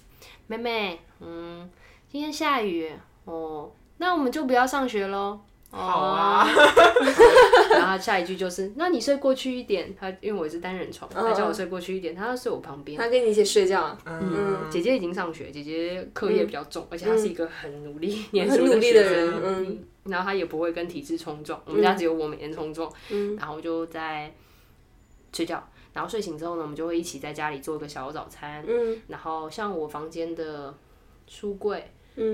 S3: 妹妹，嗯，今天下雨哦，那我们就不要上学喽。
S6: 好啊，
S3: 然后她下一句就是，那你睡过去一点。她因为我是单人床，她
S5: 嗯
S3: 叫我睡过去一点，她要睡我旁边。
S5: 他跟你一起睡觉，啊
S3: 嗯，姐姐已经上学，姐姐课业比较重，而且她是一个很努力、念
S5: 嗯很
S3: 书
S5: 努力
S3: 的
S5: 的
S3: 学
S5: 人
S3: 生，
S5: 嗯
S3: 嗯，然后她也不会跟体制冲撞，我们家只有我每天冲撞，
S5: 嗯
S3: 然后我就在睡觉，然后睡醒之后呢，我们就会一起在家里做个小早餐，
S5: 嗯
S3: 然后像我房间的书柜、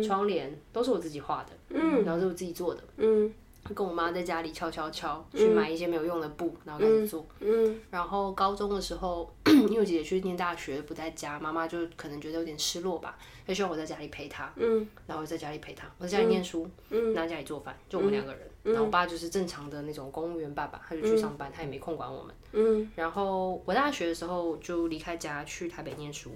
S3: 窗帘都是我自己画的，
S5: 嗯
S3: 然后是我自己做的，
S5: 嗯
S3: 跟我妈在家里敲敲敲，去买一些没有用的布，然后开始做。
S5: 嗯
S3: 然后高中的时候， 因为我姐姐去念大学不在家，妈妈就可能觉得有点失落吧，她希望我在家里陪她，
S5: 嗯
S3: 然后我在家里陪她，我在家里念书，
S5: 嗯
S3: 然后家里做饭，就我们两个人。然后我爸就是正常的那种公务员爸爸，他就去上班，他也没空管我们。
S5: 嗯
S3: 然后我大学的时候就离开家去台北念书，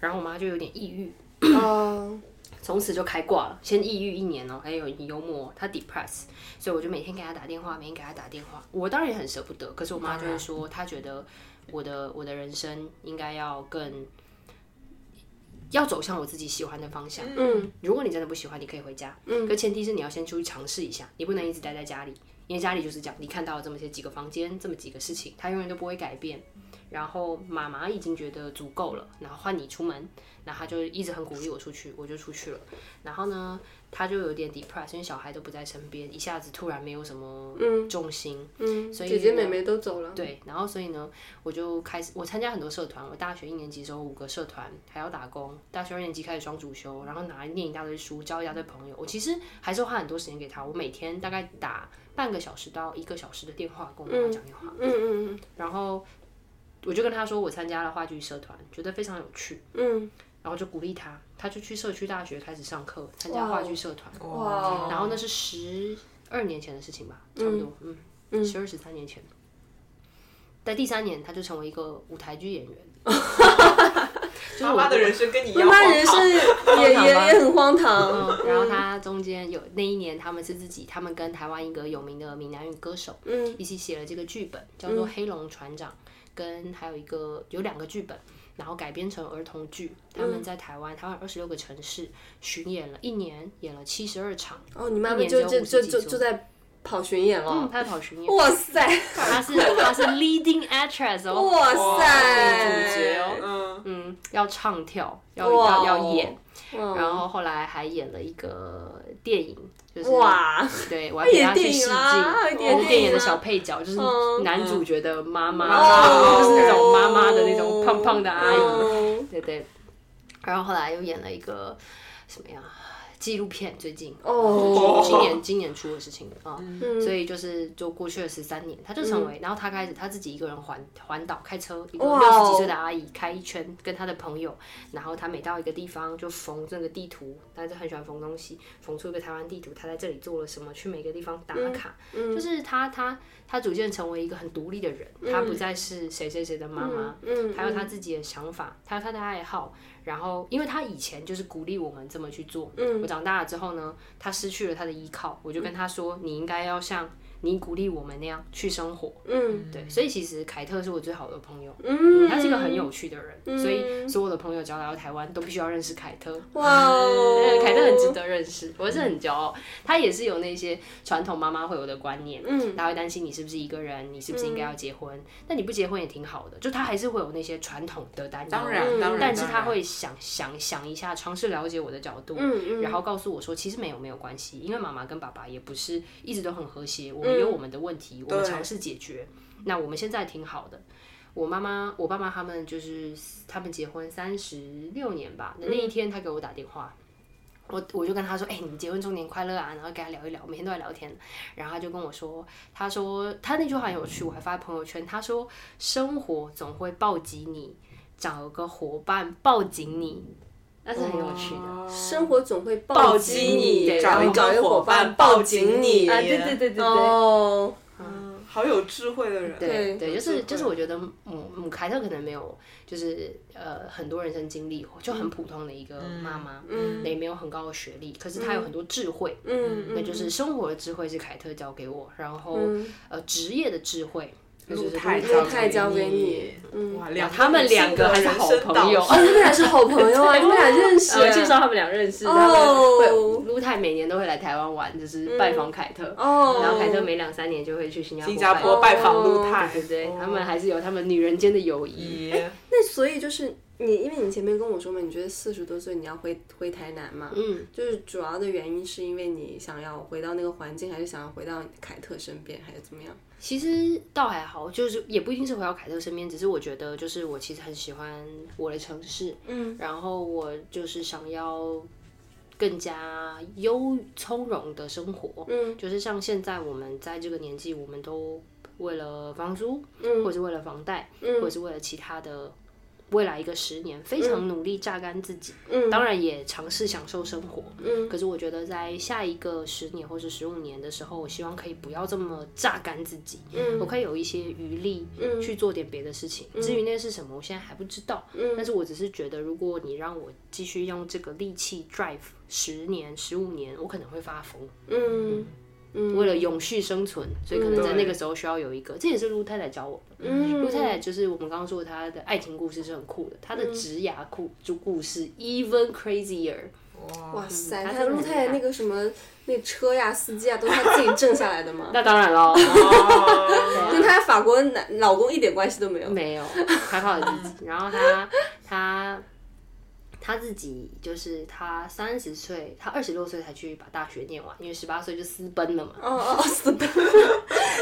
S3: 然后我妈就有点抑郁，
S5: 嗯，哦，
S3: 从此就开挂了，先抑郁一年哦、还有很幽默，他 depress，所以我就每天给他打电话，每天给他打电话。我当然也很舍不得，可是我妈就会说，她觉得我的我的人生应该要更要走向我自己喜欢的方向。嗯，如果你真的不喜欢，你可以回家，嗯，可前提是你要先出去尝试一下，你不能一直待在家里，因为家里就是这样，你看到了这么些几个房间，这么几个事情，它永远都不会改变。然后妈妈已经觉得足够了，然后换你出门，然后她就一直很鼓励我出去，我就出去了。然后呢，她就有点 depressed，因为小孩都不在身边，一下子突然没有什么重心，
S5: 嗯，
S3: 所以
S5: 姐姐
S3: 呢
S5: 妹妹都走了，
S3: 对，然后所以呢，我就开始我参加很多社团，我大学一年级的时候五个社团，还要打工，大学二年级开始双主修，然后拿来念一大堆书，交一大堆朋友。我其实还是花很多时间给他，我每天大概打半个小时到一个小时的电话跟我妈妈讲电话，
S5: 嗯嗯
S3: 然后我就跟他说我参加了话剧社团，觉得非常有趣，
S5: 嗯
S3: 然后就鼓励他，他就去社区大学开始上课，参加话剧社团。
S5: 哇
S3: 然后那是十二年前的事情吧，差不多，嗯，十二十三年前。在第三年，他就成为一个舞台剧演 员。就是
S6: 妈
S3: 我
S6: 妈的人生跟你一
S5: 嗯，
S6: 样
S5: 妈妈
S6: 荒
S5: 人
S6: 唐
S5: 生也也也很荒唐，
S3: 嗯，然后他中间有那一年，他们是自己，他们跟台湾一个有名的闽南语歌手，
S5: 嗯，
S3: 一起写了这个剧本，叫做《黑龙船长》，跟还有一个有两个剧本，然后改编成儿童剧。他
S5: 嗯
S3: 们在台湾，台湾二十六个城市巡演了一年，演了七十二场。
S5: 哦，你妈
S3: 一
S5: 妈
S3: 年
S5: 就
S3: 只有
S5: 就就
S3: 50
S5: 就
S3: 集
S5: 就在跑巡演
S3: 嗯，
S5: 了，哦
S3: 他在跑巡演，
S5: 哇塞
S3: 他是他是 leading actress 哦，
S5: 哇
S6: 哇
S5: 塞，
S6: 主角哦，嗯，
S3: 嗯，要唱跳，要要
S5: 哇
S3: 要
S5: 哦
S3: 演，然后后来还演了一个电影，就是
S5: 哇，
S3: 对，我还陪他去
S5: 演电
S3: 试
S5: 影
S3: 镜，
S5: 啦
S3: 我
S5: 演
S3: 们
S5: 电
S3: 电
S5: 影
S3: 影的
S5: 啦
S3: 小配角，就是
S5: 嗯
S3: 男主角的妈妈，
S5: 哦
S3: 就是那种妈妈的那种胖胖的阿姨，
S5: 嗯
S3: 对对。然后后来又演了一个什么呀纪录片，最近
S5: 哦
S3: 今年今年出的事情啊。
S5: 嗯
S3: 所以就是就过去了十三年，他就成为，然后他开始他自己一个人环环岛开车，一个
S5: 哇
S3: 六
S5: 哦
S3: 十几岁的阿姨开一圈，跟她的朋友，然后他每到一个地方就缝这个地图，他就很喜欢缝东西，缝出一个台湾地图，他在这里做了什么，去每个地方打卡，
S5: 嗯
S3: 就是他他他逐渐成为一个很独立的人，他不再是谁谁谁的妈妈，
S5: 嗯
S3: 还有他自己的想法，还有他的爱好。然后，因为他以前就是鼓励我们这么去做。
S5: 嗯
S3: 我长大了之后呢，他失去了他的依靠，我就跟他说：“你应该要像你鼓励我们那样去生活。”
S5: 嗯
S3: 对，所以其实凯特是我最好的朋友，
S5: 嗯
S3: 他是一个很有趣的人，所以所有的朋友只要来到台湾，都必须要认识凯特。
S5: 哇哦
S3: 对，嗯凯特很值
S6: 嗯
S3: 得认识，我是很骄傲。她也是有那些传统妈妈会有的观念，嗯，她会担心你是不是一个人，你是不是应该要结婚？
S6: 嗯
S3: 但你不结婚也挺好的，就她还是会有那些传统的担忧，
S6: 当然
S5: 嗯
S6: 当然，
S3: 但是她
S6: 当然
S3: 会想想想一下，尝试了解我的角度，
S5: 嗯嗯
S3: 然后告诉我说，其实没有没有关系，因为妈妈跟爸爸也不是一直都很和谐，我们有我们的问题，我们
S6: 嗯对
S3: 尝试解决。那我们现在挺好的。我妈妈、我爸妈他们就是他们结婚三十六年吧，那
S6: 嗯
S3: 一天他给我打电话。我我就跟他说，哎、你们结婚周年快乐啊！然后跟他聊一聊，每天都在聊天。然后他就跟我说，他说他那句话很有趣，我还发在朋友圈。他说，生活总会抱紧你，找个伙伴抱紧你，那是很有趣的。
S6: 哦
S5: 生活总会
S3: 暴
S5: 暴
S3: 击
S5: 击
S3: 你
S5: 你，
S3: 对
S5: 然
S6: 找
S5: 后
S6: 一
S5: 找
S6: 个
S5: 一个
S6: 伙
S5: 伙
S6: 伴
S5: 伴
S6: 抱
S5: 抱
S6: 紧
S5: 紧
S6: 你
S5: 你
S3: 啊，对对对对对。
S5: 哦，
S6: 嗯好有智慧的人，
S3: 对对，
S6: 有
S3: 就
S6: 智
S3: 是
S6: 慧
S3: 就是，我觉得母母凯特可能没有，就是呃很多人生经历，就很普通的一个妈妈，
S6: 嗯
S3: 也没有很高的学历，可是她有很多智慧，
S5: 嗯
S3: 那就是生活的智慧是凯特教给我，然后、呃职业的智慧，那就是
S6: 太
S3: 陆
S5: 陆太交给你，
S6: 嗯，哇，
S3: 哇
S6: 两
S3: 他们两个还是好朋 友。
S5: 哦，你们俩是好朋友啊，你们俩认识，
S3: 我呃介绍他们俩认识，
S5: 哦嗯
S3: 他们会陆太每年都会来台湾玩，就是拜访凯特，
S5: 哦，
S3: 然后凯特每两三年就会去新加坡
S6: 新加坡拜访嗯陆太，
S3: 拜哦
S6: 哦哎
S3: 访，对对对，他们还是有他们女人间的友谊，
S6: 咦
S5: 那所以就是你，因为你前面跟我说嘛，你觉得四十多岁你要回回台南嘛，
S3: 嗯，
S5: 就是主要的原因是因为你想要回到那个环境，还是想要回到凯特身边，还是怎么样？
S3: 其实倒还好，就是也不一定是回到凯特身边，只是我觉得就是我其实很喜欢我的城市，嗯，然后我就是想要更加优从容的生活，嗯，就是像现在我们在这个年纪，我们都为了房租，嗯，或者是为了房贷，嗯，或者是为了其他的。未来一个十年，非常努力榨干自己，嗯，当然也尝试享受生活，嗯。可是我觉得在下一个十年或是十五年的时候，我希望可以不要这么榨干自己，嗯，我可以有一些余力，嗯，去做点别的事情。至于那是什么，我现在还不知道，嗯。但是我只是觉得，如果你让我继续用这个力气 drive 十年、十五年，我可能会发疯。
S5: 嗯
S3: 为了永续生存，所以可能在
S6: 嗯
S3: 那个时候需要有一个，这也是陆太太教我的。陆太太就是我们刚刚说她的爱情故事是很酷的，她的
S6: 嗯
S3: 职涯故就故事 even crazier，
S5: 哇
S3: 嗯
S5: 塞，
S3: 他
S5: 他
S3: 真的
S5: 陆
S3: 很
S5: 太
S3: 厉
S5: 太
S3: 害
S5: 那个什么那车呀、司机啊，都是他自己挣下来的吗？
S3: 那当然
S6: 哦
S3: 喽，
S5: 跟他法国男老公一点关系都没有。
S3: 没有，还靠自己。然后她她她自己就是她三十岁，她二十六岁才去把大学念完，因为十八岁就私奔了嘛。
S5: 哦哦哦，死 的！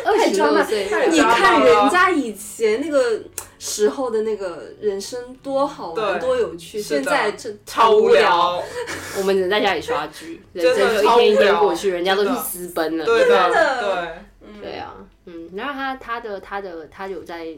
S3: 二十
S5: 抓
S3: 六
S5: 马
S3: 岁，
S6: 太
S5: 你
S6: 抓
S5: 看
S6: 马了
S5: 人家以前那个时候的那个人生多好玩，
S6: 对
S5: 多有趣，
S6: 是的
S5: 现在这
S6: 超无聊，
S3: 我们只能在家里刷剧，人
S6: 真的
S3: 生就一
S6: 超
S3: 天一
S6: 无
S3: 天
S6: 聊
S3: 过去，人家都去
S6: 真的
S3: 私奔了。
S6: 对
S5: 的
S6: 的，
S3: 对啊，嗯，然后他他的他的他有在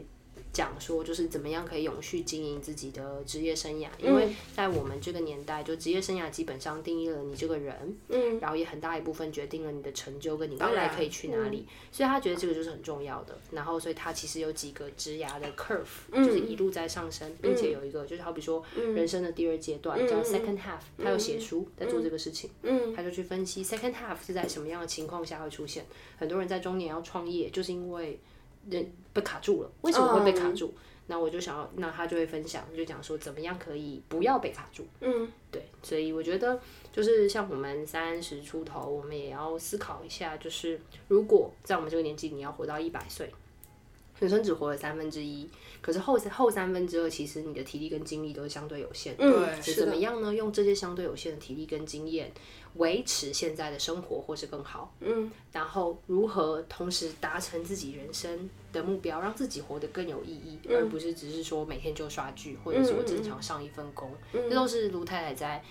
S3: 讲说，就是怎么样可以永续经营自己的职业生涯，因为在我们这个年代，就职业生涯基本上定义了你这个人，嗯，然后也很大一部分决定了你的成就跟你未来
S6: 然
S3: 可以去哪里，所以他觉得这个就是很重要的。然后，所以他其实有几个职涯的 curve，、就是一路在上升，并且有一个就是好比说人生的第二阶段、叫 second half，、他有写书在做这个事情，嗯嗯，他就去分析 second half 是在什么样的情况下会出现。很多人在中年要创业，就是因为人被卡住了。为什么会被卡住？那我就想要，那他就会分享，就讲说怎么样可以不要被卡住。嗯，对，所以我觉得就是像我们三十出头，我们也要思考一下，就是如果在我们这个年纪，你要活到一百岁。女生只活了三分之一，可是后后三分之二，其实你的体力跟精力都是相对有限的。
S5: 嗯，
S3: 是
S5: 是
S3: 怎么
S5: 的，
S3: 样呢？用这些相对有限的体力跟经验，维持现在的生活或是更好。
S5: 嗯，
S3: 然后如何同时达成自己人生的目标，让自己活得更有意义，而不是只是说每天就刷剧，或者是我正常上一份工。嗯这都是卢太太在，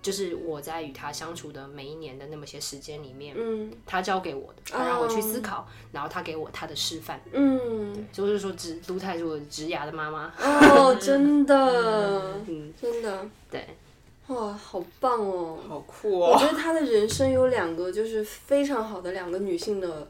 S3: 就是我在与她相处的每一年的那么些时间里面，
S5: 嗯
S3: 她教给我的，她让我去思考，然后她给我她的示范，
S5: 嗯，
S3: 就是说直卢太太是我直牙的妈妈。
S5: 哦，真的，
S3: 嗯，
S5: 真的，
S3: 对，
S5: 哇，好棒哦！
S6: 好酷
S5: 我
S6: 哦！
S5: 觉得她的人生有两个就是非常好的两个女性的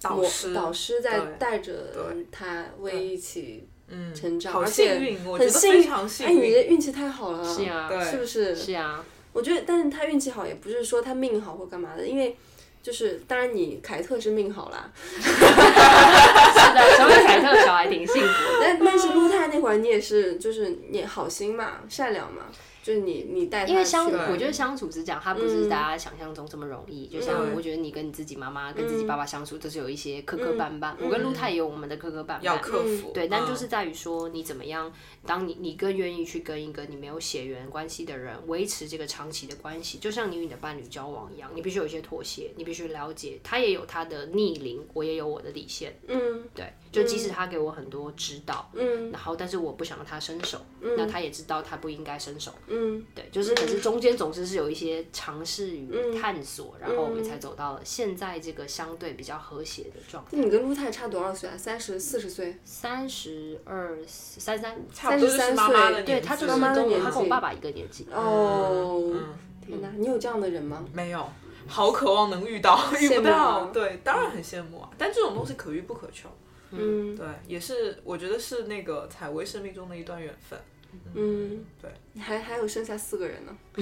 S6: 导
S5: 模
S6: 师，
S5: 导师在
S6: 对
S5: 带着
S6: 对
S5: 她为一起
S6: 嗯，
S5: 成长，
S6: 好
S5: 而
S6: 幸
S5: 且
S6: 运，我觉
S5: 很
S6: 得
S5: 幸
S6: 非
S5: 运
S6: 常。
S5: 哎，
S6: 幸
S5: 你
S6: 运。
S5: 这运气太好了，
S3: 是啊，
S6: 对
S5: 是不是？
S3: 是啊，
S5: 我觉得，但是他运气好也不是说他命好或干嘛的，因为就是当然你凯特是命好啦，
S3: 是的，成为凯特小孩挺幸福的。
S5: 但但是陆泰那会儿你也是就是你好心嘛，善良嘛，就是你你带他去，嗯
S3: 因为相，
S6: 对
S3: 我觉得相处是这样，它不是大家想象中这么容易。就像我觉得你跟你自己妈妈、跟自
S5: 嗯
S3: 己爸爸相处，都是有一些磕磕绊绊。我跟陆太也有我们的磕磕绊
S5: 嗯
S6: 要
S3: 绊。
S6: 克服，
S3: 对，但就是
S6: 嗯
S3: 在于说你怎么样，当你你更愿意去跟一个你没有血缘关系的人维持这个长期的关系，就像你与你的伴侣交往一样，你必须有一些妥协，你必须了解他也有他的逆鳞，我也有我的底线。
S5: 嗯
S3: 对，就即使他给我很多指导，
S5: 嗯
S3: 然后但是我不想让他伸手，那他也知道他不应该伸手，
S5: 嗯嗯
S3: 对，就是可是中间总是是有一些尝试与探索，然后我们才走到了现在这个相对比较和谐的状态。
S5: 你跟陆泰差多少岁啊？三十四十岁？
S3: 三十二、三三，
S6: 差不多就是妈妈的
S5: 33岁
S6: 年纪
S3: 对他就是
S5: 妈
S3: 跟
S5: 妈的
S3: 我，
S5: 年
S3: 他跟我
S5: 纪
S3: 爸爸一个年纪。
S5: 哦，
S6: 嗯
S5: 天哪，你有这样的人吗？
S6: 没有，好渴望能遇到，遇
S5: 羡
S6: 不
S5: 慕
S6: 到
S5: 吗，
S6: 对，当然很羡慕啊。但这种东西可遇不可求，
S5: 嗯
S6: 对，也是我觉得是那个采薇生命中的一段缘分。
S5: 嗯，
S6: 对，
S5: 你还还有剩下四个人呢，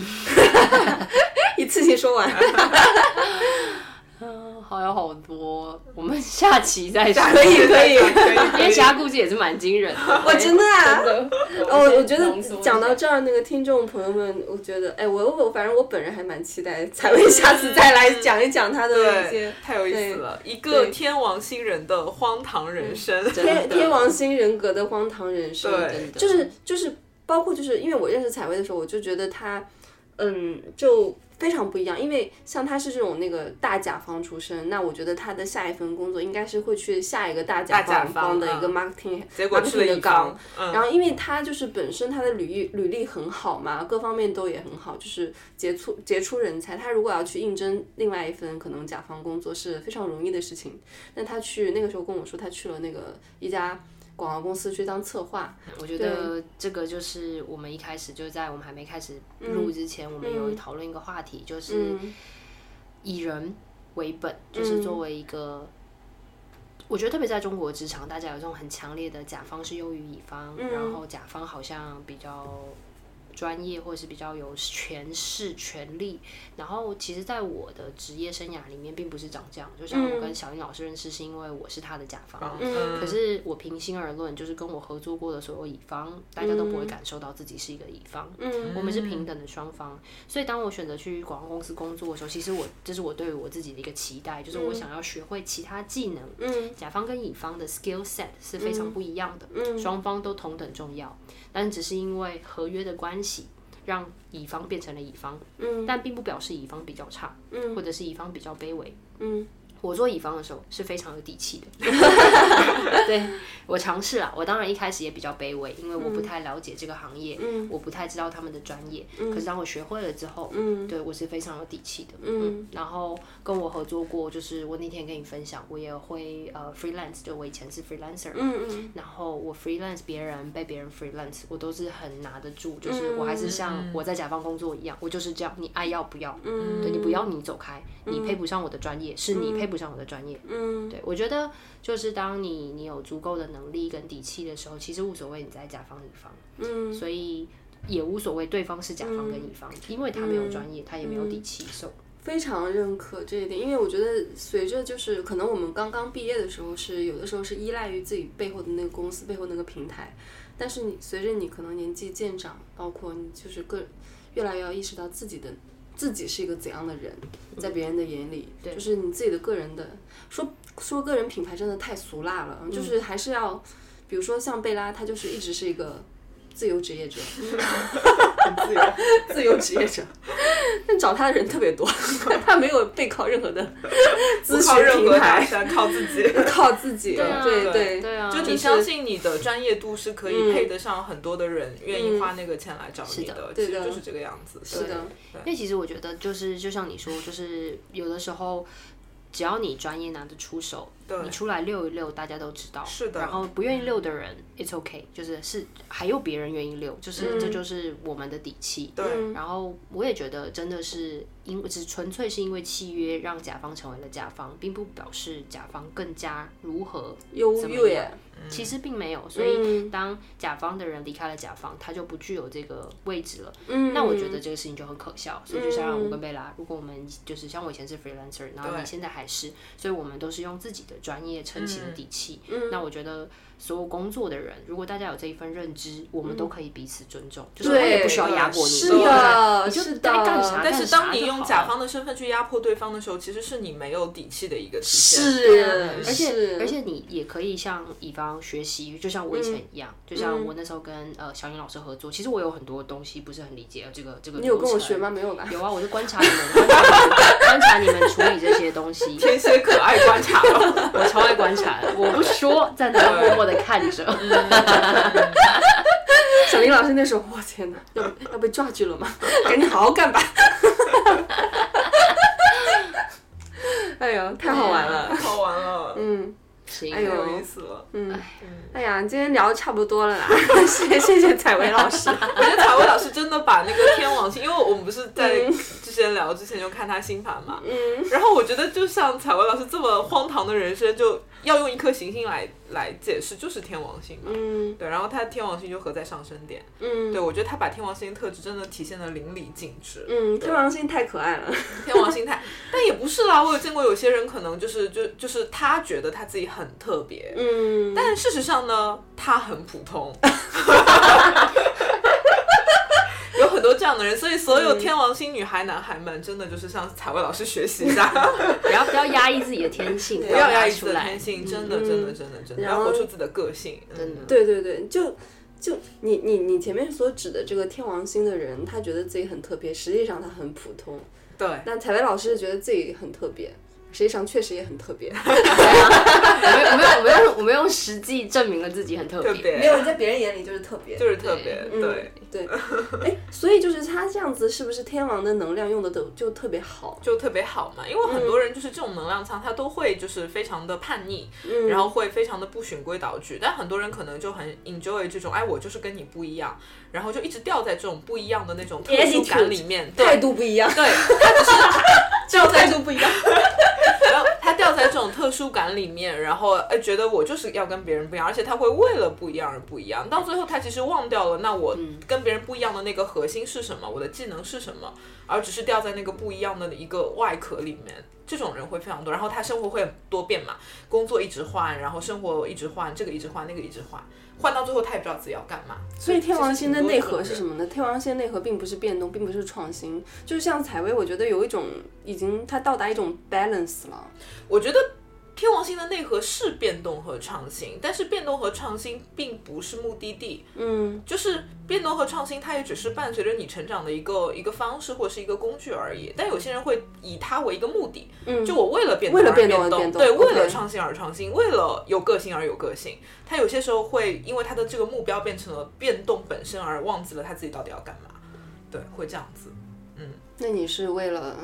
S5: 一次性说完。
S3: 嗯，好有好多，我们 下期再说，
S5: 哦可以可以，
S6: 可以
S3: 因为其他故事也是蛮惊人的。
S5: 我真的啊。哦，我我觉
S2: 浓缩
S5: 得
S2: 一
S5: 讲到
S2: 下
S5: 这儿，那个听众朋友们，我觉得，哎，我我反正我本人还蛮期待采薇下次再来讲一讲他的一些
S6: 对，太有意思了，一个
S5: 对
S6: 天王星人的荒唐人生，
S5: 天天王星人格的荒唐人生，
S6: 对
S5: 真的就是就是包括就是因为我认识采薇的时候，我就觉得她，嗯，就非常不一样，因为像她是这种那个大甲方出身，那我觉得她的下一份工作应该是会去下一个大甲
S6: 大甲
S5: 方
S6: 方
S5: 方的一个
S6: 嗯
S5: marketing，
S6: 结果去
S5: marketing
S6: 了
S5: 的
S6: 一
S5: 岗
S6: 方，，嗯，
S5: 然后因为他就是本身他的履历履历很好嘛，各方面都也很好，就是杰出杰出人才。他如果要去应征另外一份可能甲方工作是非常容易的事情。但他去那个时候跟我说，他去了那个一家广告公司去当策划。
S3: 我觉得这个就是我们一开始就在我们还没开始录之前，我们有讨论一个话题，就是
S5: 嗯
S3: 以人为本，就是作为一个，我觉得特别在中国职场，大家有这种很强烈的甲方是优于乙方，然后甲方好像比较专业或者是比较有权势、权力。然后其实，在我的职业生涯里面，并不是长这样。就像我跟小英老师认识，是因为我是他的甲方。
S6: 嗯
S3: 可是我平心而论，就是跟我合作过的所有乙方，大家都不会感受到自己是一个乙方。
S5: 嗯
S3: 我们是平等的双方。所以当我选择去广告公司工作的时候，其实我这是我对于我自己的一个期待，就是我想要学会其他技能。
S5: 嗯
S3: 甲方跟乙方的 skill set 是非常不一样的，双方都同等重要，但只是因为合约的关系，让乙方变成了乙方，
S5: 嗯
S3: 但并不表示乙方比较差，或者是乙方比较卑微。
S5: 嗯
S3: 我做乙方的时候是非常有底气的， 对我尝试了。我当然一开始也比较卑微，因为我不
S5: 嗯
S3: 太了解这个行业，我不太知道他们的专业。可是当我学会了之后，
S5: 嗯
S3: 对我是非常有底气的。
S5: 嗯
S3: 然后跟我合作过，就是我那天跟你分享，我也会呃 freelance，就我以前是 freelancer，嘛、
S5: 嗯嗯
S3: 然后我 freelance 别人被别人 freelance，我都是很拿得住，
S5: 嗯
S3: 就是我还是像我在甲方工作一样，我就是这样，你爱要不要，
S5: 嗯
S3: 对你不要你走开，你配不上我的专业，是你配不上我的专业，
S5: 嗯
S3: 对我觉得就是当你你有足够的能力跟底气的时候，其实无所谓你在甲方乙方，
S5: 嗯
S3: 所以也无所谓对方是甲方跟乙方，因为他没有专
S5: 嗯
S3: 业，他也没有底气，所以
S5: 非常认可这一点，因为我觉得随着就是可能我们刚刚毕业的时候是有的时候是依赖于自己背后的那个公司背后那个平台，但是你随着你可能年纪渐长，包括你就是个越来越要意识到自己的自己是一个怎样的人，在别人的眼里，就是你自己的个人的说说个人品牌真的太俗辣了，就是还是要，比如说像贝拉，她就是一直是一个自由职业者，
S6: 自由，
S5: 自由职业者， 但找她的人特别多，她没有背靠任何 的
S6: 不
S5: 咨
S6: 靠
S5: 询
S6: 任
S5: 平
S6: 何大
S5: 台，
S6: 山，靠自己。
S5: 靠自己，
S3: 啊
S5: 对
S6: 对
S3: 对啊，
S6: 就你
S5: 是
S6: 相信你的专业度是可以
S5: 嗯
S6: 配得上很多的人愿意花那个钱来找你
S3: 是的
S6: 其实
S5: 对的
S6: 就是这个样子。
S5: 是的，
S3: 因为其实我觉得就是就像你说，就是有的时候。只要你专业拿得出手，你出来溜一溜，大家都知道。
S6: 是的
S3: 然后不愿意溜的人，it's okay，就是是还有别人愿意溜，就是、这就是我们的底气。
S6: 对
S5: 嗯
S3: 然后我也觉得真的是因为只纯粹是因为契约让甲方成为了甲方，并不表示甲方更加如何
S5: 优
S3: 怎么
S5: 越
S3: 样。其实并没有，所以当甲方的人离开了甲方，他就不具有这个位置了。
S5: 嗯
S3: 那我觉得这个事情就很可笑。所以就像我跟贝拉，如果我们就是像我以前是 freelancer，然后你现在还是，所以我们都是用自己的专业撑起了底气。
S5: 嗯
S3: 那我觉得所有工作的人，如果大家有这一份认知，我们都可以彼此尊重，就是我也不需要压迫你。
S5: 是
S3: 对不对
S5: 的，
S3: 你就是
S5: 的，
S3: 该干啥
S6: 但是
S3: 干啥
S6: 当你
S3: 就
S6: 用
S3: 好
S6: 甲
S3: 了
S6: 方的身份去压迫对方的时候，其实是你没有底气的一个体现。
S5: 是，
S3: 而且
S5: 嗯是
S3: 而且你也可以向乙方学习，就像我以前
S5: 嗯
S3: 一样，就像我那时候跟、呃小颖老师合作，其实我有很多东西不是很理解这个这个。你
S5: 有跟我学吗？？没有吧？
S3: 有啊，我就观察你们，观察你们 观察你们处理这些东西，
S6: 天蝎可爱观察了，
S3: 我 超爱观察的，我不说，在那默默的看着。
S5: 嗯小林老师那时候，我天哪，要被要被抓去了吗？赶紧好好干吧！ 哎呀，太好玩了。
S6: 好玩了，嗯，
S3: 行，
S5: 哎呦
S6: 有意思了。嗯，
S5: 哎呀，今天聊的差不多了啦，谢谢谢采薇老 师。
S6: 我觉得采薇老师真的把那个天王星，因为我们不是在
S5: 嗯
S6: 之前聊之前就看他星盘嘛，嗯，然后我觉得就像采薇老师这么荒唐的人生，就要用一颗行星来来解释，就是天王星嘛，
S5: 嗯
S6: 对，然后他天王星就合在上升点，
S5: 嗯
S6: 对我觉得他把天王星特质真的体现的淋漓尽致，
S5: 嗯，天王星太可爱了。
S6: 天王星态， 但也不是啦，我有见过有些人可能就是就就是他觉得他自己很特别，
S5: 嗯，
S6: 但事实上呢，他很普通。有很多这样的人，所以所有天王星女孩、男孩们，真的就是向采薇老师学习一下，
S3: 不要不要压抑自己的天性，不
S6: 不 要压抑自
S3: 出
S6: 己的
S3: 来
S6: 天。性，真的，真的，真的，真的，要
S5: 后
S6: 活出自己的个性，嗯真
S3: 的
S5: 对对对，就就你你你前面所指的这个天王星的人，他觉得自己很特别，实际上他很普通。
S6: 对，
S5: 但采薇老师觉得自己很特别，实际上确实也很特别。
S3: 我们我们用我们用实际证明了自己很特
S6: 特
S3: 别。
S6: 别，
S2: 没有在别人眼里就是特别，
S6: 就是特别，
S5: 嗯
S6: 对，
S5: 对，哎，所以就是他这样子，是不是天王的能量用的都就特别好？
S6: 就特别好嘛。因为很多人就是这种能量舱，他都会就是非常的叛逆，然后会非常的不循规蹈矩。但很多人可能就很 enjoy 这种，哎，我就是跟你不一样，然后就一直掉在这种不一样的那种特殊感里面，对
S5: 态度不一样，
S6: 对，他只是 掉在
S5: 态度不一样。
S6: 然后他掉在这种特殊感里面，然后哎觉得我就是要跟别人不一样，而且他会为了不一样而不一样，到最后他其实忘掉了那我
S5: 嗯
S6: 跟别人不一样的那个核心是什么，我的技能是什么，而只是掉在那个不一样的一个外壳里面。这种人会非常多，然后他生活会很多变嘛，工作一直换，然后生活一直换，这个一直换，那个一直换，换到最后他也不知道自己要干嘛。
S5: 所以天王星的内核是
S6: 么？
S5: 什么呢？天王星内核并不是变动，并不是创新，就像采薇，我觉得有一种已经它到达一种 balance 了。
S6: 我觉得天王星的内核是变动和创新，但是变动和创新并不是目的地，
S5: 嗯，
S6: 就是变动和创新，它也只是伴随着你成长的一个一个方式或是一个工具而已。但有些人会以它为一个目的，嗯，就我为了变动
S5: 为了
S6: 而变
S5: 变动而变动
S6: 对，为了
S5: OK
S6: 创新而创新，为了有个性而有个性。他有些时候会因为他的这个目标变成了变动本身，而忘记了他自己到底要干嘛。对，会这样子。
S5: 那你是为了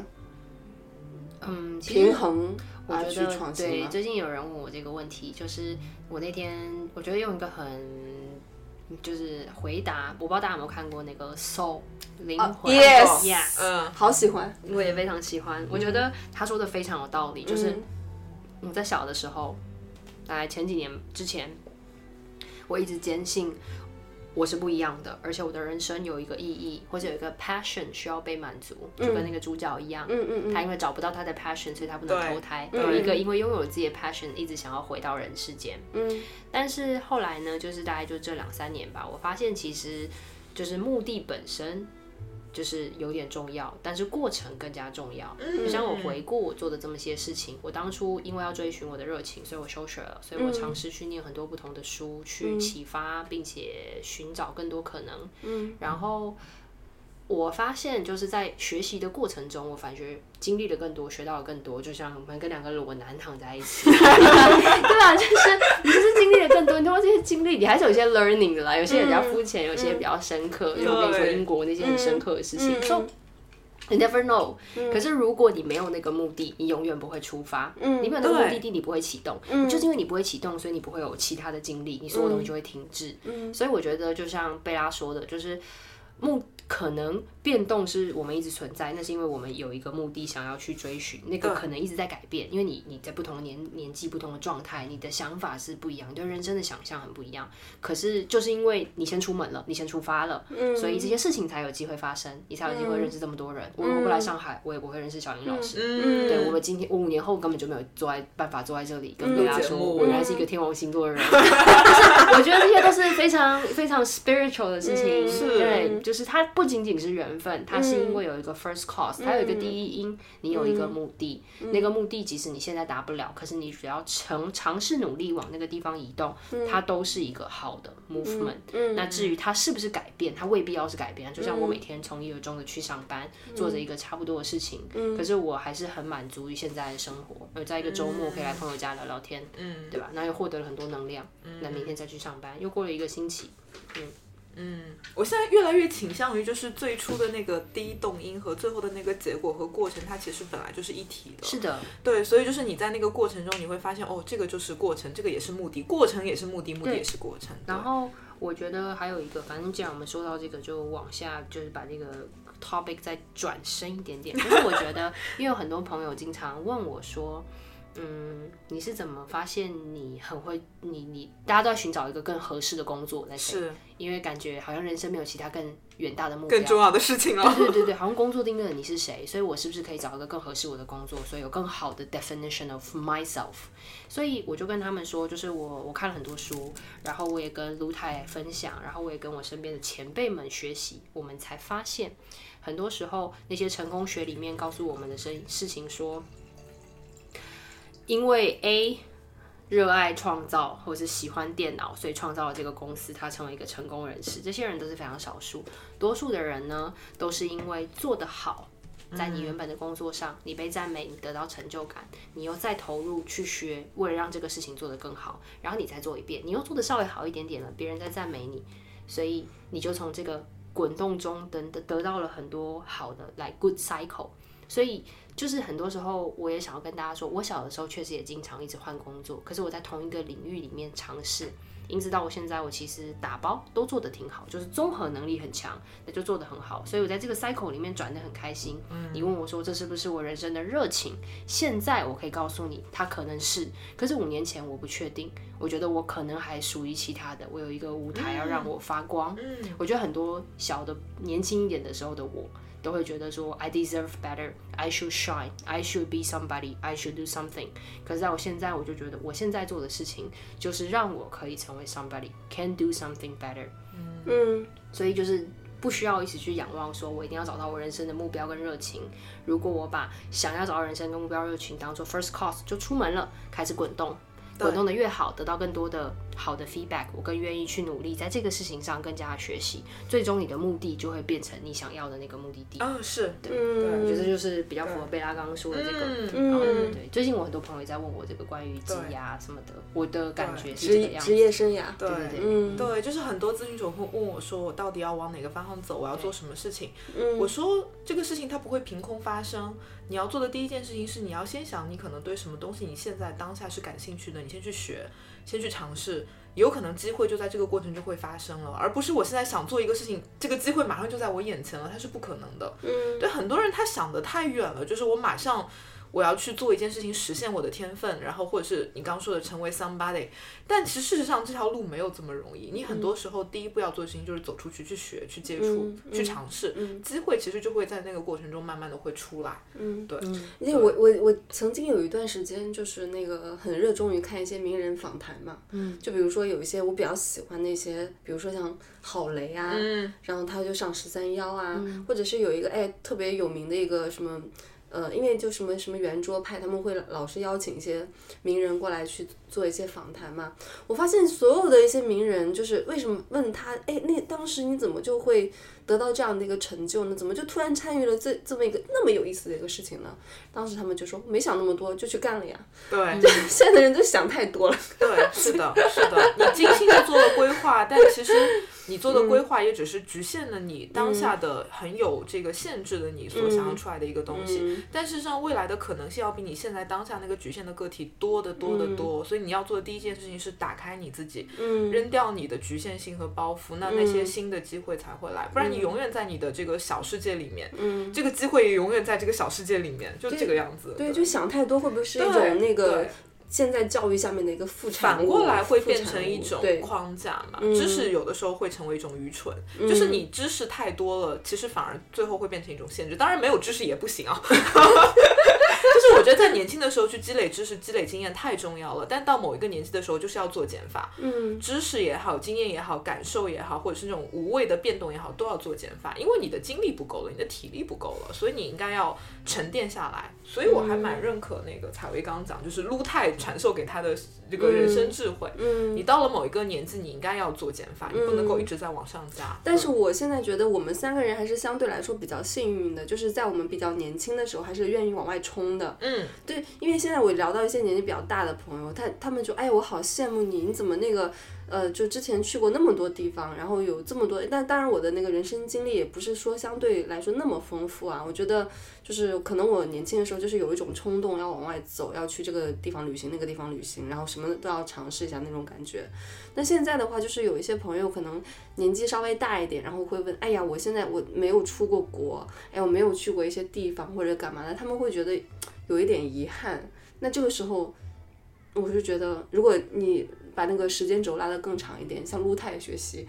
S3: 嗯，其实
S5: 平衡
S3: 我
S5: 而
S3: 觉
S5: 去
S3: 得
S5: 创新
S3: 啊对，
S5: 吗？
S3: 最近有人问我这个问题，就是我那天我觉得用一个很就是回答，我不知道大家有没有看过那个《Soul》灵魂、
S5: 啊，yes
S3: Yeah，
S6: 嗯，
S5: 好喜欢，
S3: 我也非常喜欢。我觉得他说的非常有道
S5: 嗯
S3: 理，就是我在小的时候，大概前几年之前，我一直坚信我是不一样的，而且我的人生有一个意义，或者有一个 passion 需要被满足，就跟那个主角一样，
S5: 嗯嗯嗯
S3: 他因为找不到他的 passion，所以他不能
S6: 对
S3: 投胎。
S6: 对
S3: 有一个因为拥有自己的 passion，一直想要回到人世间。
S5: 嗯，
S3: 但是后来呢，就是大概就这两三年吧，我发现其实就是目的本身就是有点重要，但是过程更加重要。
S5: 嗯
S3: 就像我回顾我做的这么些事情，我当初因为要追寻我的热情，所以我休学了，所以我尝
S5: 嗯
S3: 试去念很多不同的书，去启发并且寻找更多可能。嗯，然后我发现就是在学习的过程中，我反觉经历了更多，学到了更多。就像我们跟两个裸男躺在一起， 对吧？就是你就是经历了更多，你通过这些经历，你还是有一些 learning 的啦。有些比较肤浅，有些比较深刻。就我跟你说，
S6: 对
S3: 英国那些很深刻的事情。So You never know、可是如果你没有那个目的，你永远不会出发。你没有那个目的地，你不会启动。就是因为你不会启动，所以你不会有其他的经历，你所有东西就会停滞。所以我觉得，就像贝拉说的，就是目可能变动是我们一直存在，那是因为我们有一个目的想要去追寻，那个可能一直在改变，因为你你在不同的年年纪、不同的状态，你的想法是不一样，你对人生的想象很不一样。可是就是因为你先出门了，你先出发了，
S6: 嗯
S3: 所以这些事情才有机会发生，你才有机会认识这么多人。我如果不来上海，我也不会认识小林老师。
S6: 嗯，
S3: 对我们今天，我五年后根本就没有坐在办法坐在这里跟大家
S6: 节
S3: 说，
S6: 目
S3: 我原来是一个天王星座的人。就是 我觉得这些都是非常非常 spiritual 的事情，
S6: 是
S3: 对，就是它不仅仅是缘分，它是因为有一个 first cause，、它有一个第一因，你有一个目的，那个目的即使你现在达不了，可是你只要尝尝试努力往那个地方移动，它都是一个好的 movement。那至于它是不是改变，它未必要是改变。就像我每天从一而终的去上班，做着一个差不多的事情，可是我还是很满足于现在的生活。而在一个周末可以来朋友家聊聊天，
S6: 嗯
S3: 对吧？那又获得了很多能量，那明天再去上班，又过了一个星期，
S6: 我现在越来越倾向于就是最初的那个第一动因和最后的那个结果和过程，它其实本来就是一体的。
S3: 是的，
S6: 对，所以就是你在那个过程中，你会发现哦，这个就是过程，这个也是目的，过程也是目的，目的也是过程。
S3: 然后我觉得还有一个，反正既然我们说到这个，就往下就是把这个 topic 再转深一点点。就是我觉得，因为有很多朋友经常问我说，嗯，你是怎么发现你很会，你你大家都在寻找一个更合适的工作来
S6: 对
S3: 做，
S6: 是
S3: 因为感觉好像人生没有其他更远大的目标
S6: 更。重要的事情了。
S3: 对对对对，好像工作定义了你是谁，所以我是不是可以找一个更合适我的工作，所以有更好的 definition of myself。所以我就跟他们说，就是我我看了很多书，然后我也跟卢太分享，然后我也跟我身边的前辈们学习，我们才发现，很多时候那些成功学里面告诉我们的事事情说，因为 A 热爱创造或者是喜欢电脑，所以创造了这个公司，他成为一个成功人士。这些人都是非常少数，多数的人呢，都是因为做得好。在你原本的工作上，你被赞美，你得到成就感，你又再投入去学，为了让这个事情做得更好，然后你再做一遍，你又做得稍微好一点点了，别人在赞美你，所以你就从这个滚动中等得得到了很多好的来、good cycle。所以就是很多时候，我也想要跟大家说，我小的时候确实也经常一直换工作，可是我在同一个领域里面尝试，一直到我现在，我其实打包都做得挺好，就是综合能力很强，那就做得很好。所以我在这个 cycle 里面转得很开心。你问我说这是不是我人生的热情？现在我可以告诉你，它可能是，可是五年前我不确定。我觉得我可能还属于其他的，我有一个舞台要让我发光。 我觉得很多小的年轻一点的时候的我，都会觉得说 I deserve better, I should shine, I should be somebody, I should do something。可是在我现在，我就觉得我现在做的事情，就是让我可以成为 somebody, can do something better。
S5: 嗯，
S3: 所以就是不需要一直去仰望，说我一定要找到我人生的目标跟热情。如果我把想要找到人生跟目标热情当做 first cause，就出门了，开始滚动。滚动的越好，得到更多的好的 feedback，我更愿意去努力，在这个事情上更加学习，最终你的目的就会变成你想要的那个目的地。
S6: 啊、是，对，
S3: 我
S6: 对
S3: 觉得这就是比较符合贝拉刚刚说的这个。
S6: 嗯
S3: 然后对，最近我很多朋友也在问我这个关于积压什么的，我的感觉是这个样
S5: 职
S3: 子。
S5: 业生涯，
S6: 对
S3: 对对对
S5: 嗯
S6: 对，就是很多咨询者会问我说，我到底要往哪个方向走？我要做什么事情？
S5: 嗯
S6: 我说这个事情它不会凭空发生。你要做的第一件事情是，你要先想你可能对什么东西你现在当下是感兴趣的，你先去学，先去尝试，有可能机会就在这个过程就会发生了，而不是我现在想做一个事情，这个机会马上就在我眼前了，它是不可能的。嗯，对，很多人他想的太远了，就是我马上。我要去做一件事情，实现我的天分，然后或者是你刚刚说的成为 somebody。但其实事实上这条路没有这么容易，你很多时候第一步要做的事情就是走出去去学、去接触、
S5: 嗯嗯
S6: 去尝试，机会其实就会在那个过程中慢慢的会出来。
S5: 嗯，
S6: 对，
S5: 因为我我我曾经有一段时间就是那个很热衷于看一些名人访谈嘛，嗯，就比如说有一些我比较喜欢那些，比如说像郝蕾啊，
S6: 嗯，
S5: 然后他就上十三幺啊，或者是有一个哎特别有名的一个什么。呃，因为就什么什么圆桌派，他们会老是邀请一些名人过来去做一些访谈嘛。我发现所有的一些名人，就是为什么问他，哎，那当时你怎么就会得到这样的一个成就呢？怎么就突然参与了这这么一个那么有意思的一个事情呢？当时他们就说没想那么多，就去干了呀。
S6: 对，
S5: 现在的人就想太多了。
S6: 嗯对，是的，是的，你精心的做了规划，但其实你做的规划也只是局限了你
S5: 嗯
S6: 当下的很有这个限制的你所想要出来的一个东西。
S5: 嗯
S6: 但事实上，未来的可能性要比你现在当下那个局限的个体多得多
S5: 嗯
S6: 得多。所以你要做的第一件事情是打开你自己，扔掉你的局限性和包袱，那那
S5: 嗯
S6: 些新的机会才会来。不然你永远在你的这个小世界里面，
S5: 嗯
S6: 这个机会也永远在这个小世界里面，就这个样子。
S5: 对，就想太多会不会是一
S6: 对
S5: 种那
S6: 对
S5: 个现在教育下面的一个副产物？
S6: 反过来会变
S5: 副产
S6: 成
S5: 物
S6: 一种
S5: 对，嗯
S6: 框架嘛？知识有的时候会成为一种愚蠢，就是你知识太多了，其实反而最后会变成一种限制。当然，没有知识也不行啊。 就是我觉得在年轻的时候去积累知识、积累经验太重要了，但到某一个年纪的时候，就是要做减法。
S5: 嗯
S6: 知识也好，经验也好，感受也好，或者是那种无谓的变动也好，都要做减法，因为你的精力不够了，你的体力不够了，所以你应该要沉淀下来。所以我还蛮认可那个采薇刚刚讲，就是撸太传授给他的这个人生智慧。你
S5: 嗯。
S6: 到了某一个年纪，你应该要做减法，你不能够一直在往上加。
S5: 但是我现在觉得我们三个人还是相对来说比较幸运的，就是在我们比较年轻的时候，还是愿意往外冲的。
S6: 嗯，
S5: 对，因为现在我聊到一些年纪比较大的朋友，他他们就哎，我好羡慕你，你怎么那个呃，就之前去过那么多地方，然后有这么多，但当然我的那个人生经历也不是说相对来说那么丰富啊。我觉得就是可能我年轻的时候就是有一种冲动要往外走，要去这个地方旅行，那个地方旅行，然后什么都要尝试一下那种感觉。那现在的话，就是有一些朋友可能年纪稍微大一点，然后会问，哎呀，我现在我没有出过国，哎，我没有去过一些地方或者干嘛的，他们会觉得有一点遗憾。那这个时候，我是觉得，如果你把那个时间轴拉得更长一点，像陆泰学习，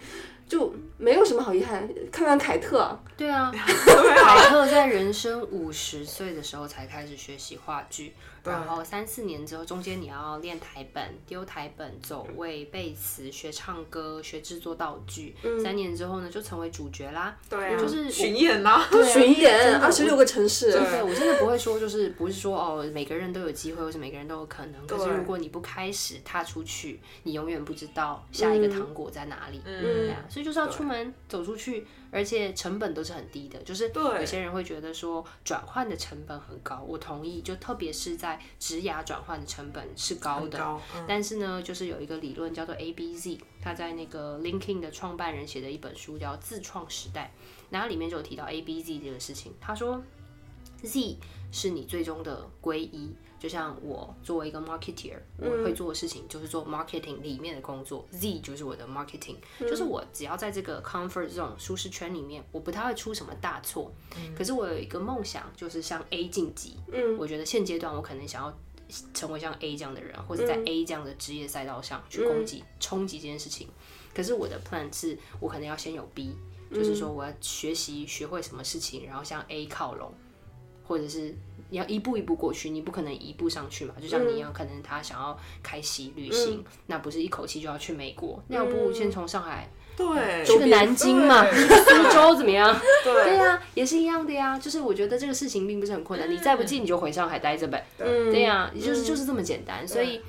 S5: 就没有什么好遗憾。看看凯特，
S3: 对 啊，凯特在人生五十岁的时候才开始学习话剧，然后三四年之后，中间你要练台本、丢台本、走位、背词、学唱歌、学制作道具。三年之后呢，就成为主角啦。
S6: 对啊，
S3: 就是我啊
S6: 巡演呐、
S5: 巡演
S3: 真的
S5: 二十六个城市，
S3: 对，我真的不会说，就是不是说哦，每个人都有机会，或是每个人都有可能。可是
S6: 对
S3: 如果你不开始踏出去，你永远不知道下一个糖果在哪里。对
S6: 嗯
S3: 啊，所以就是要出门走出去，而且成本都是很低的。就是
S6: 对
S3: 有些人会觉得说转换的成本很高，我同意，就特别是在职涯转换的成本是高
S6: 很
S3: 的。
S6: 高，嗯，
S3: 但是呢，就是有一个理论叫做 A B Z，他在那个 LinkedIn 的创办人写的一本书叫《自创时代》，然后里面就有提到 A B Z 这个事情。他说，Z 是你最终的归一，就像我作为一个 marketer，我会做的事情就是做 marketing 里面的工作，Z 就是我的 marketing，、就是我只要在这个 comfort zone 舒适圈里面，我不太会出什么大错。可是我有一个梦想，就是像 A 晋级，嗯，我觉得现阶段我可能想要。成为像 A 这样的人，啊或者在 A 这样的职业赛道上去攻击、冲击这件事情。可是我的 plan 是我可能要先有 B，、就是说我要学习学会什么事情，然后向 A 靠拢，或者是你要一步一步过去，你不可能一步上去嘛。就像你一样，可能他想要开启旅行，那不是一口气就要去美国，那要不先从上海
S6: 哎对，
S3: 去个南京嘛，去个苏州怎么样？ 对
S6: 对，
S3: 呀、也是一样的呀。就是我觉得这个事情并不是很困
S6: 嗯
S3: 难，你再不济你就回上海待着呗。
S5: 嗯
S3: 对呀、就是就是这么简单，所以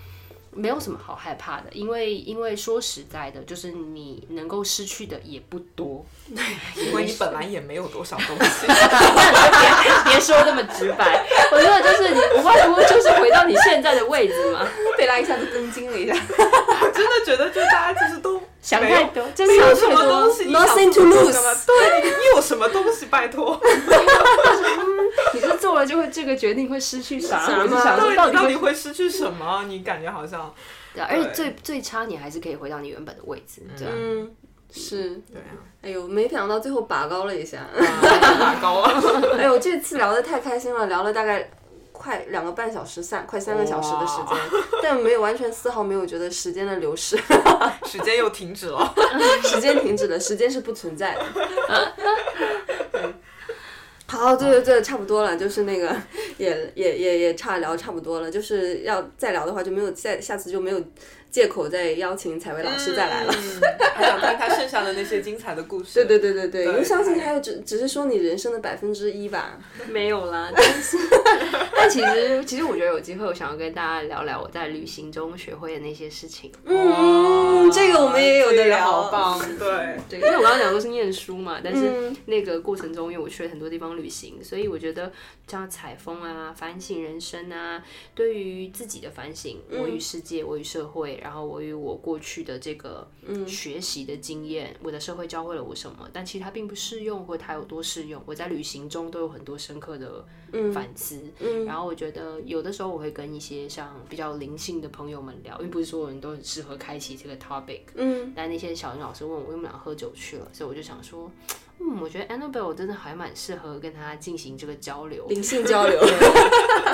S3: 没有什么好害怕的，因为因为说实在的，就是你能够失去的也不 多，
S6: 因为你本来也没有多少东西。
S3: 别别说那么直白，我觉得就是你无外乎就是回到你现在的位置 嘛，
S5: 贝拉一下子更新了一下
S6: 真的觉得就大家其实都
S3: 想
S6: 没有
S3: 太多，真
S6: 没有
S3: 想
S6: 什
S3: 太
S6: 么
S3: 多
S6: 东西，你想
S5: Nothing
S6: 做
S5: to
S6: 就干嘛
S5: lose
S6: 对你你有什么东西？拜托，
S3: 你是做了就会这个决定会失去啥？
S5: 啥
S3: 我就
S5: 嘛
S3: 想
S6: 啊
S3: 说
S6: 对
S3: 到
S6: 你
S3: 底
S6: 到底
S3: 会，
S6: 会失去什么？你感觉好像
S3: 对啊而且
S6: 对
S3: 最最差你还是可以回到你原本的位置，对啊。
S5: 嗯， 是，
S6: 对啊，
S5: 哎呦，没想到最后拔高了一下。
S6: 啊拔高了。
S5: 哎呦，这次聊得太开心了，聊了大概快两个半小时，三快三个小时的时间， 但没有完全丝毫没有觉得时间的流 逝，
S6: 时间又停止了。
S5: 时间停止了，时间是不存在的。 好，对对对，差不多了，就是那个也也也也差聊差不多了，就是要再聊的话就没有再下次就没有借口再邀请采薇老师再来了。
S6: 嗯，还想看看剩下的那些精彩的故事。
S5: 对对对对对，因为
S6: 对
S5: 上次你还有只只是说你人生的百分之一吧，
S3: 没有 啦，但是但其实其实我觉得有机会，我想要跟大家聊聊我在旅行中学会的那些事情。
S5: 嗯，这个我们也有的
S6: 这个
S5: 聊，
S6: 好棒，对，
S3: 对，因为我刚刚讲都是念书嘛，但是那个过程中，因为我去了很多地方旅行，所以我觉得像采风啊、反省人生啊，对于自己的反省，我与世界，我与社会，然后我与我过去的这个学习的经验，我的社会教会了我什么，但其实它并不适用，或它有多适用，我在旅行中都有很多深刻的反思。然后我觉得有的时候我会跟一些像比较灵性的朋友们聊，因为不是所有人都很适合开启这个 topic。但那些小林老师问我，因为我们俩喝酒去了，所以我就想说，嗯，我觉得 Annabelle 真的还蛮适合跟他进行这个交流，
S5: 灵 性交流。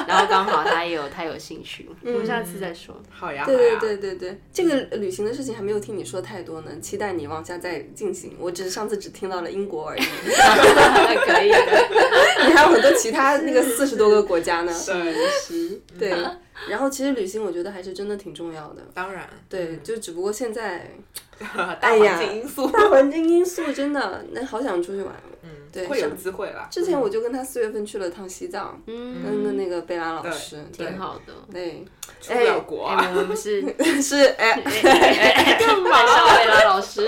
S3: 然后刚好他也有他有兴趣，我们下次再说。
S6: 好呀，
S5: 对
S6: 好
S3: 啊
S5: 对
S6: 呀
S5: 对对对，这个旅行的事情还没有听你说太多呢，期待你往下再进行。我只是上次只听到了英国而已，
S3: 可以的，
S5: 你还有很多其他那个四十多个国家呢。
S6: 对，
S5: 对，然后其实旅行我觉得还是真的挺重要的。
S6: 当然，
S3: 嗯
S5: 对，就只不过现在
S6: 大环境因素，
S5: 大环境因素真的，那好想出去玩。
S6: 嗯
S5: 对
S6: 会有
S5: 上
S6: 机会啦。
S5: 之前我就跟他四月份去了趟西藏，
S3: 嗯，
S5: 跟跟那个贝拉老师，对
S3: 挺好的。
S5: 对，
S6: 出不了国啊，
S3: 哎，我们是
S5: 是哎。
S3: 干嘛？邵伟拉老师，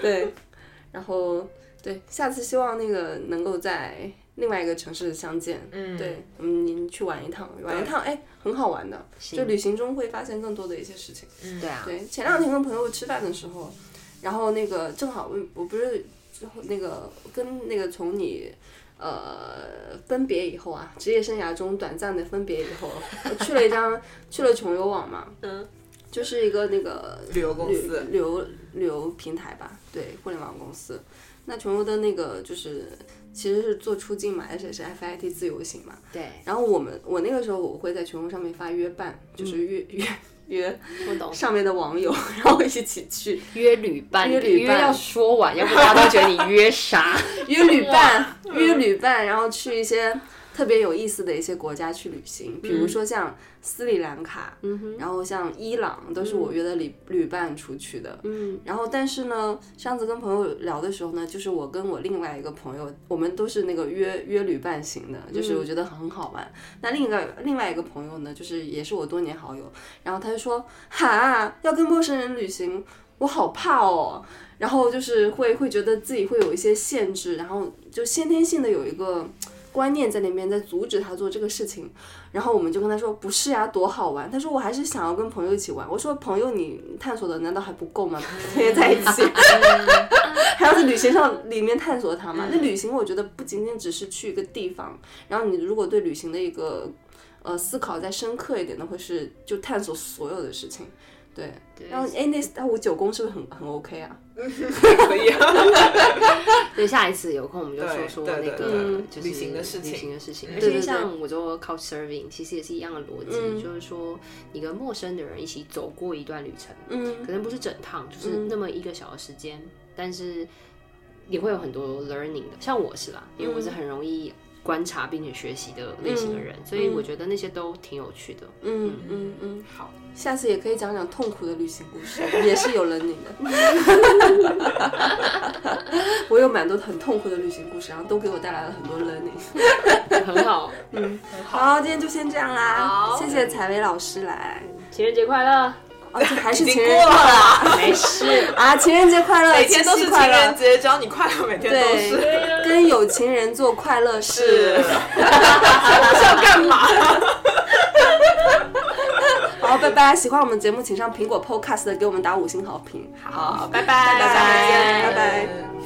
S5: 对， 然后对，下次希望那个能够在另外一个城市相见。
S6: 嗯，
S5: 对，我们您去玩一趟，玩一趟，哎，很好玩的，就旅行中会发现更多的一些事情。
S3: 对啊，
S5: 对，前两天跟朋友吃饭的时候，然后那个正好我我不是那个跟那个从你。呃，分别以后啊，职业生涯中短暂的分别以后，我去了一张去了穷游网嘛，嗯，就是一个那个
S6: 旅游公司
S5: 旅旅游旅游平台吧，对，互联网公司。那穷游的那个就是其实是做出境嘛，而且是 FIT 自由行嘛，
S3: 对，
S5: 然后我们我那个时候我会在群游上面发约伴，就是约、约约
S3: 不懂
S5: 上面的网友， 然后一起去
S3: 约旅伴，
S5: 约旅伴
S3: 要说完，要不大家都觉得你约啥？
S5: 约旅伴，约旅伴，然后去一些特别有意思的一些国家去旅行，比如说像斯里兰卡，然后像伊朗，都是我约的旅、旅伴出去的。嗯，然后但是呢，上次跟朋友聊的时候呢，就是我跟我另外一个朋友，我们都是那个约约旅伴型的，就是我觉得很好玩。那另一个另外一个朋友呢，就是也是我多年好友，然后他就说哈，要跟陌生人旅行。我好怕哦，然后就是会会觉得自己会有一些限制，然后就先天性的有一个观念在那边在阻止他做这个事情。然后我们就跟他说：“不是呀、多好玩。”他说：“我还是想要跟朋友一起玩。”我说：“朋友，你探索的难道还不够吗？ 天天在一起， 还要在旅行上里面探索它吗？那旅行我觉得不仅仅只是去一个地方，然后你如果对旅行的一个呃思考再深刻一点的，会是就探索所有的事情。”对，然后哎，那那我九宫是不是很很 OK 啊？
S6: 可以啊，
S3: 对，下一次有空我们就说
S6: 对
S3: 说
S6: 对
S3: 那
S6: 对
S3: 个
S6: 对
S3: 就是
S6: 旅行的事情
S3: 旅行的事情。
S6: 嗯
S3: 而
S5: 对对
S3: 且
S5: 对
S3: 像我做 couch serving，其实也是一样的逻
S6: 嗯
S3: 辑，就是说你跟陌生的人一起走过一段旅程，
S5: 嗯
S3: 可能不是整趟，就是
S6: 嗯
S3: 那么一个小的时间，但是你会有很多 learning 的。像我是啦，因为我是
S6: 嗯
S3: 很容易观察并且学习的类型的人，所以
S6: 嗯
S3: 我觉得那些都挺有趣的。
S5: 嗯 嗯嗯，
S6: 好，
S5: 下次也可以讲讲痛苦的旅行故事，也是有人领的。我有蛮多很痛苦的旅行故事，然后都给我带来了很多 learning。
S3: 很好，
S6: 嗯
S5: 好，今天就先这样啦，谢谢采薇老师来，
S3: 情人节快乐！
S5: 而且还是
S6: 已经
S5: 情
S6: 过
S5: 人节
S6: 了，
S3: 没事。
S5: 啊，情人节快乐，
S6: 每天都
S5: 七
S6: 是
S5: 夕
S6: 情
S5: 快乐
S6: 人节，只要你快乐，每天都是。
S5: 对，跟有情人做快乐
S6: 是
S5: 事。，
S6: 我是要干嘛？
S5: 好，拜拜！喜欢我们节目，请上苹果 Podcast 给我们打五星好评。
S6: 好，拜拜，
S5: 拜拜
S6: 下次见
S5: 拜拜。